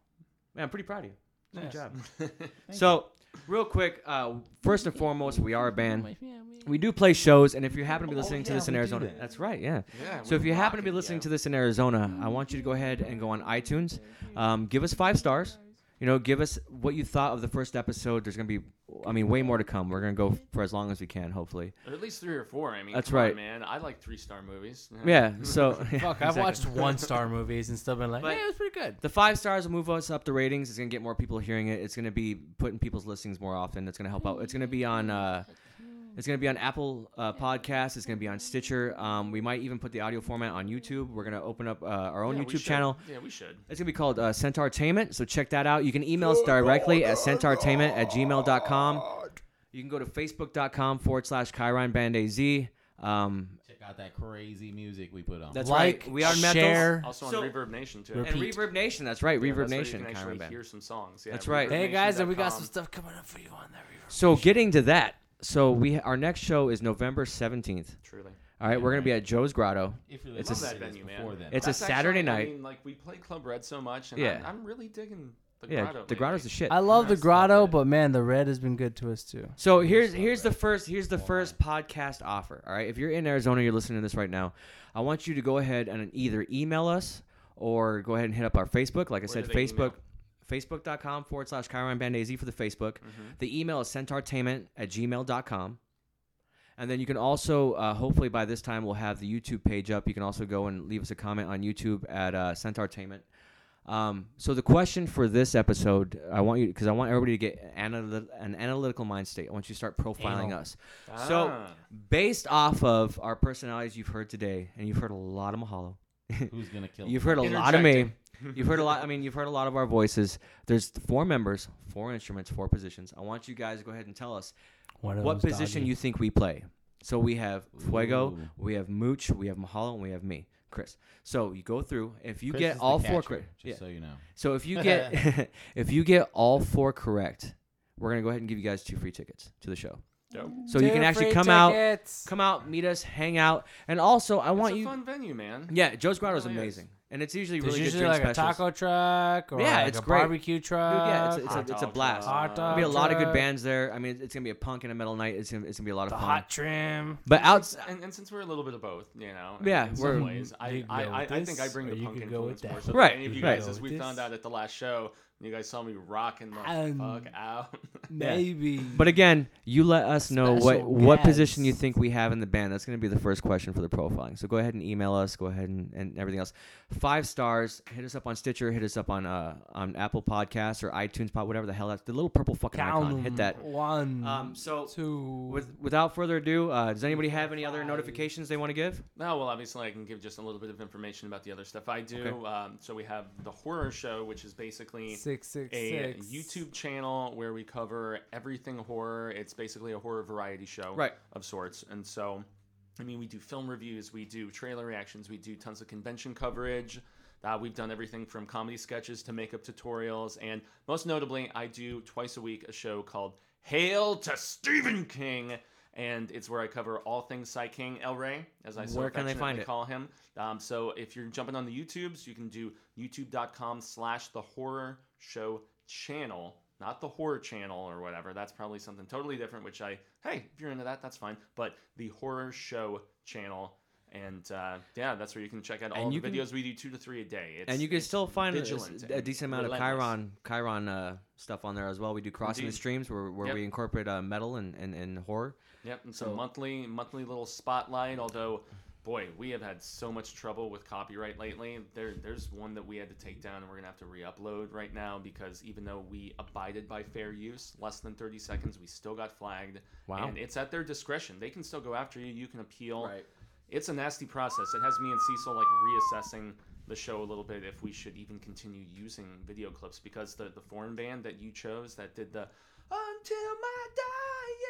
S1: Man, I'm pretty proud of you. Good
S3: Yes.
S1: job. so real quick, uh, first and foremost, we are a band. We do play shows, and if you happen to be listening to
S5: yeah,
S1: this in
S5: we do
S1: Arizona,
S5: that.
S1: that's right, yeah.
S2: *laughs* Yeah,
S1: So if
S2: we
S1: you happen to be
S2: rocking,
S1: listening
S2: yeah.
S1: to this in Arizona, uh, I want you to go ahead and go on iTunes, um, give us five stars. You know, give us what you thought of the first episode. There's gonna be, I mean, way more to come. We're gonna go for as long as we can, hopefully.
S2: or at least three or four. I mean,
S1: That's
S2: come on,
S1: right.
S2: man. I like three star movies.
S1: Yeah.
S2: *laughs*
S1: So yeah,
S3: Fuck,
S1: *laughs*
S3: I've
S1: exactly.
S3: watched one star movies and still been like,
S1: But-
S3: yeah, it was pretty good.
S1: The five stars will move us up the ratings. It's gonna get more people hearing it. It's gonna be put in people's listings more often. It's gonna help out. It's gonna be on. Uh, it's gonna be on Apple uh, Podcasts. It's gonna be on Stitcher. Um, we might even put the audio format on YouTube. We're gonna open up uh, our own
S2: Yeah, we
S1: YouTube
S2: should.
S1: channel.
S2: Yeah, we should.
S1: It's going to be called uh, Centaurtainment, so check that out. You can email us directly at centaurtainment at gmail.com. You can go to facebook.com forward slash Chiron Band AZ. Um,
S4: Check out that crazy music we put on.
S1: That's
S3: like,
S1: right. We are metal.
S3: share.
S2: Also on
S1: So-
S2: Reverb Nation too.
S1: and
S3: Repeat.
S1: Reverb Nation, that's right,
S2: Yeah,
S1: Reverb
S2: that's where you
S1: Nation,
S2: can
S1: Chiron
S2: actually
S1: Band.
S2: Hear some songs. Yeah,
S1: That's right.
S3: Hey guys, and we got
S2: ReverbNation.com.
S3: some stuff coming up for you on that review.
S1: So getting to that, so we our next show is November 17th.
S2: Truly.
S1: All right, we're going to be at Joe's Grotto.
S4: if you're
S1: it's
S4: listening
S1: a-
S4: to this before then,
S1: It's a
S2: actually-
S1: Saturday
S2: I
S1: night.
S2: mean, like we play Club Red so much, and
S1: Yeah.
S2: I'm, I'm really digging the
S1: yeah,
S2: grotto.
S1: the
S2: lately.
S1: Grotto's the shit.
S3: I love the
S4: Nice.
S3: grotto, but man, the red has been good to us too.
S1: So here's here's the first here's the first podcast offer. All right, if you're in Arizona, you're listening to this right now. I want you to go ahead and either email us or go ahead and hit up our Facebook. Like I said,
S2: do they
S1: Facebook. Facebook.com forward slash Chiron Band AZ for the Facebook. The email is centartainment at gmail.com. And then you can also, uh, hopefully by this time, we'll have the YouTube page up. You can also go and leave us a comment on YouTube at uh, Centartainment. Um, so the question for this episode, I want you because I want everybody to get analy- an analytical mind state. I want you to start profiling
S3: Anal.
S1: us. So
S2: Ah.
S1: based off of our personalities you've heard today, and you've heard a lot of Mahalo. *laughs*
S4: Who's gonna kill?
S1: You've heard a lot of me.
S2: Interjecting.
S1: You've heard a lot. I
S2: *laughs*
S1: mean, you've heard a lot of our voices. There's four members, four instruments, four positions. I want you guys to go ahead and tell us
S3: One of
S1: what
S3: them's
S1: position
S3: doggy.
S1: you think we play. So we have Fuego,
S4: Ooh.
S1: we have Mooch, we have Mahalo, and we have me, Chris. So you go through. If you
S4: Chris is
S1: get
S4: the
S1: all four
S4: catcher,
S1: correct,
S4: Just so you know.
S1: so if you
S4: *laughs*
S1: get *laughs* if you get all four correct, we're gonna go ahead and give you guys two free tickets to the show.
S2: Dope.
S1: So you
S3: Two
S1: can actually
S3: free
S1: come out,
S3: tickets.
S1: come out, meet us, hang out, and also I want
S2: it's a
S1: you.
S2: fun venue, man.
S1: Yeah, Joe's Grotto is
S3: Oh,
S2: really is.
S1: amazing, and it's usually
S3: There's
S1: really
S3: usually
S1: good
S3: like
S1: drink
S3: a
S1: specials.
S3: taco truck or
S1: Yeah,
S3: like
S1: it's
S3: a
S1: great.
S3: barbecue truck.
S1: Dude, yeah, it's,
S2: Hot
S1: it's, a, it's a
S2: dog
S1: blast.
S2: truck.
S3: Hot
S1: There'll be a
S3: dog
S1: lot of good
S3: truck.
S1: bands there. I mean, it's gonna be a punk and a metal night. It's gonna, it's gonna be a lot of
S3: the
S1: fun.
S3: hot *laughs* trim.
S1: But outs,
S2: And, and since we're a little bit of both, you know,
S1: Yeah,
S2: in
S1: we're-
S2: some ways, I,
S3: You
S2: I,
S3: go
S2: I,
S3: with
S2: I think I
S3: this,
S2: bring
S3: or
S2: the
S3: you
S2: punk
S3: could go
S2: influence
S3: with
S2: more
S3: that.
S2: so than
S1: Right,
S2: any of you
S1: right.
S2: guys, as
S3: Go
S2: we
S3: with
S2: found
S3: this.
S2: out at the last show. You guys saw me rocking the
S3: Um,
S2: fuck out. *laughs*
S3: Maybe.
S1: but again, you let us know what
S3: Special
S1: what position you
S3: guests.
S1: think we have in the band. That's gonna be the first question for the profiling. So go ahead and email us. Go ahead and, and everything else. Five stars. Hit us up on Stitcher. Hit us up on uh on Apple Podcasts or iTunes Pod, whatever the hell that's the little purple fucking icon.
S3: Count
S1: Hit
S3: 'em.
S1: that.
S3: One.
S1: Um. So
S3: two.
S1: with, without further ado, uh, does anybody have any other notifications they want to give?
S2: No, well, obviously, I can give just a little bit of information about the other stuff I do.
S1: Okay.
S2: Um, so we have the horror show, which is basically
S3: six six
S2: a
S3: six.
S2: YouTube channel where we cover everything horror. It's basically a horror variety show
S1: Right.
S2: of sorts. And so, I mean, we do film reviews, we do trailer reactions, we do tons of convention coverage. Uh, we've done everything from comedy sketches to makeup tutorials. And most notably, I do twice a week a show called Hail to Stephen King. And it's where I cover all things Cy King, El Rey, as I so
S1: Where can they find
S2: affectionately
S1: it?
S2: call him. Um, so if you're jumping on the YouTubes, you can do youtube.com slash the horror show channel, not the horror channel or whatever. That's probably something totally different, which I, hey, if you're into that, that's fine. But the horror show channel. And uh, yeah, that's where you can check out all
S1: And
S2: the
S1: you can-
S2: videos. we do two to three a day. It's,
S1: and you can
S2: it's
S1: still find a,
S2: vigilant
S1: a
S2: and
S1: decent amount of
S2: relentless.
S1: Chiron Chiron uh, stuff on there as well. We do crossing the
S2: Indeed.
S1: streams where, where
S2: Yep.
S1: we incorporate uh, metal and, and, and horror.
S2: Yep, and so
S1: So-
S2: monthly monthly little spotlight. Although, boy, we have had so much trouble with copyright lately. There, there's one that we had to take down, and we're gonna have to re-upload right now because even though we abided by fair use, less than 30 seconds, we still got flagged.
S1: Wow.
S2: And it's at their discretion. They can still go after you. You can appeal. It's a nasty process. It has me and Cecil like reassessing the show a little bit if we should even continue using video clips because the the foreign band that you chose that did the until my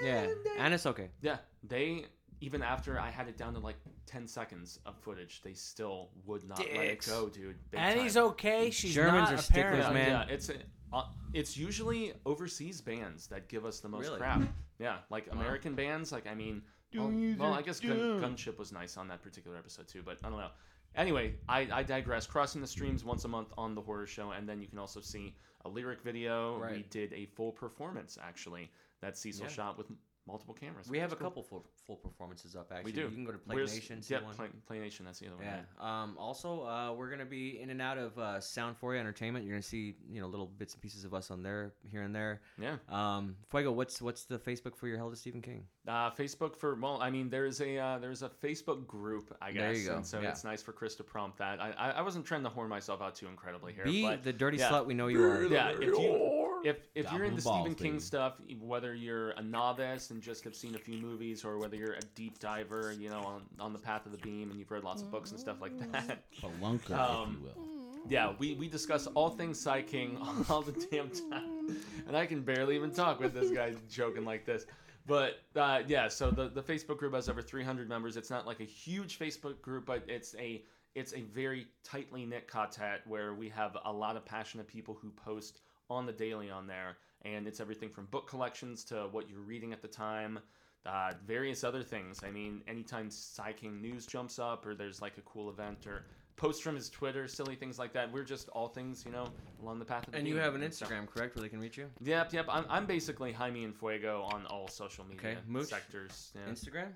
S1: Yeah,
S2: dying day.
S1: and it's okay.
S2: Yeah, they even after I had it down to like ten seconds of footage, they still would not let it
S1: Dicks.
S2: go, dude. big
S3: and
S2: time.
S3: he's okay. She's
S1: Germans
S3: not
S1: are
S3: a
S1: sticklers,
S2: yeah,
S3: parent.
S1: man.
S2: yeah, it's uh, it's usually overseas bands that give us the most
S1: Really?
S2: crap. Yeah, like American bands. Like I mean, well, well, I guess Gun, Gunship was nice on that particular episode too, but I don't know. Anyway, I, I digress. Crossing the streams once a month on the horror show, and then you can also see a lyric video. We
S1: Right.
S2: did a full performance actually that Cecil
S1: Yeah.
S2: shot with m- multiple cameras.
S1: We
S2: which
S1: have
S2: is
S1: a
S2: cool.
S1: couple full, full performances up actually.
S2: We do.
S1: You can go to Play
S2: Where's-
S1: Nation. See
S2: Yeah,
S1: one.
S2: Play, Play Nation. That's the other one.
S1: yeah. Um, also, uh, we're gonna be in and out of uh, Sound for You Entertainment. You're gonna see you know little bits and pieces of us on there here and there.
S2: Yeah.
S1: Um, Fuego, what's what's the Facebook for your Hell to Stephen King?
S2: Uh, Facebook for well, I mean, there is a uh, there is a Facebook group, I guess,
S1: There you go,
S2: and so
S1: yeah.
S2: it's nice for Chris to prompt that. I, I, I wasn't trying to whore myself out too incredibly here,
S1: Be
S2: but
S1: the dirty
S2: yeah.
S1: slut we know you are.
S2: yeah, if you if if
S4: Gobble
S2: you're into
S4: the balls,
S2: Stephen King
S4: baby.
S2: stuff, whether you're a novice and just have seen a few movies, or whether you're a deep diver, you know, on, on the path of the beam and you've read lots of books and stuff like that,
S4: Balunker,
S2: Um,
S4: if you will.
S2: yeah, we, we discuss all things Psy King *laughs* all the damn time. And I can barely even talk with this guy *laughs* joking like this. But uh, yeah, so the, the Facebook group has over 300 members. It's not like a huge Facebook group, but it's a it's a very tightly knit quartet where we have a lot of passionate people who post on the daily on there, and it's everything from book collections to what you're reading at the time, uh, various other things. I mean, anytime Psy King news jumps up or there's like a cool event or posts from his Twitter, silly things like that. We're just all things, you know, along the path of.
S1: *laughs*
S2: The
S1: And you
S2: beam.
S1: have an
S2: So-
S1: Instagram, correct, where they can reach you?
S2: Yep, yep. I'm, I'm basically Jaime and Fuego on all social media
S1: Okay, Mooch?
S2: sectors. Yeah.
S1: Instagram?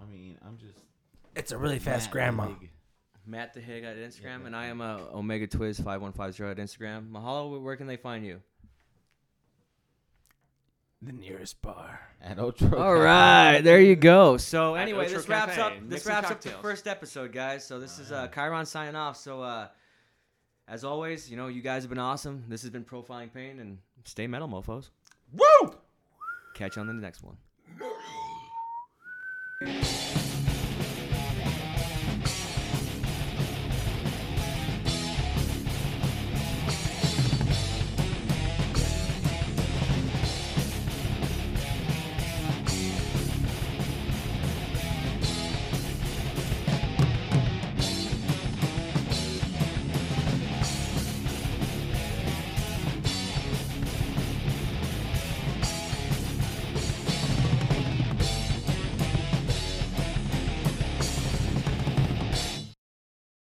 S4: I mean, I'm just
S3: It's a really fast
S4: Matt
S3: grandma.
S4: League.
S1: Matt the Hig at Instagram,
S4: yeah.
S1: and I am uh, Omega Twiz five one five zero at Instagram. Mahalo, where can they find you?
S3: The nearest bar.
S4: At Otro.
S1: All right, there you go. So
S2: At
S1: anyway,
S2: Ocho
S1: this wraps
S2: Cafe,
S1: up. This
S2: mixing
S1: wraps up the
S2: cocktails.
S1: first episode, guys. So this is uh, Chiron signing off. So uh, As always, you know, you guys have been awesome. This has been Profiling Pain, and stay metal, mofos.
S2: Woo!
S1: Catch you on the next one.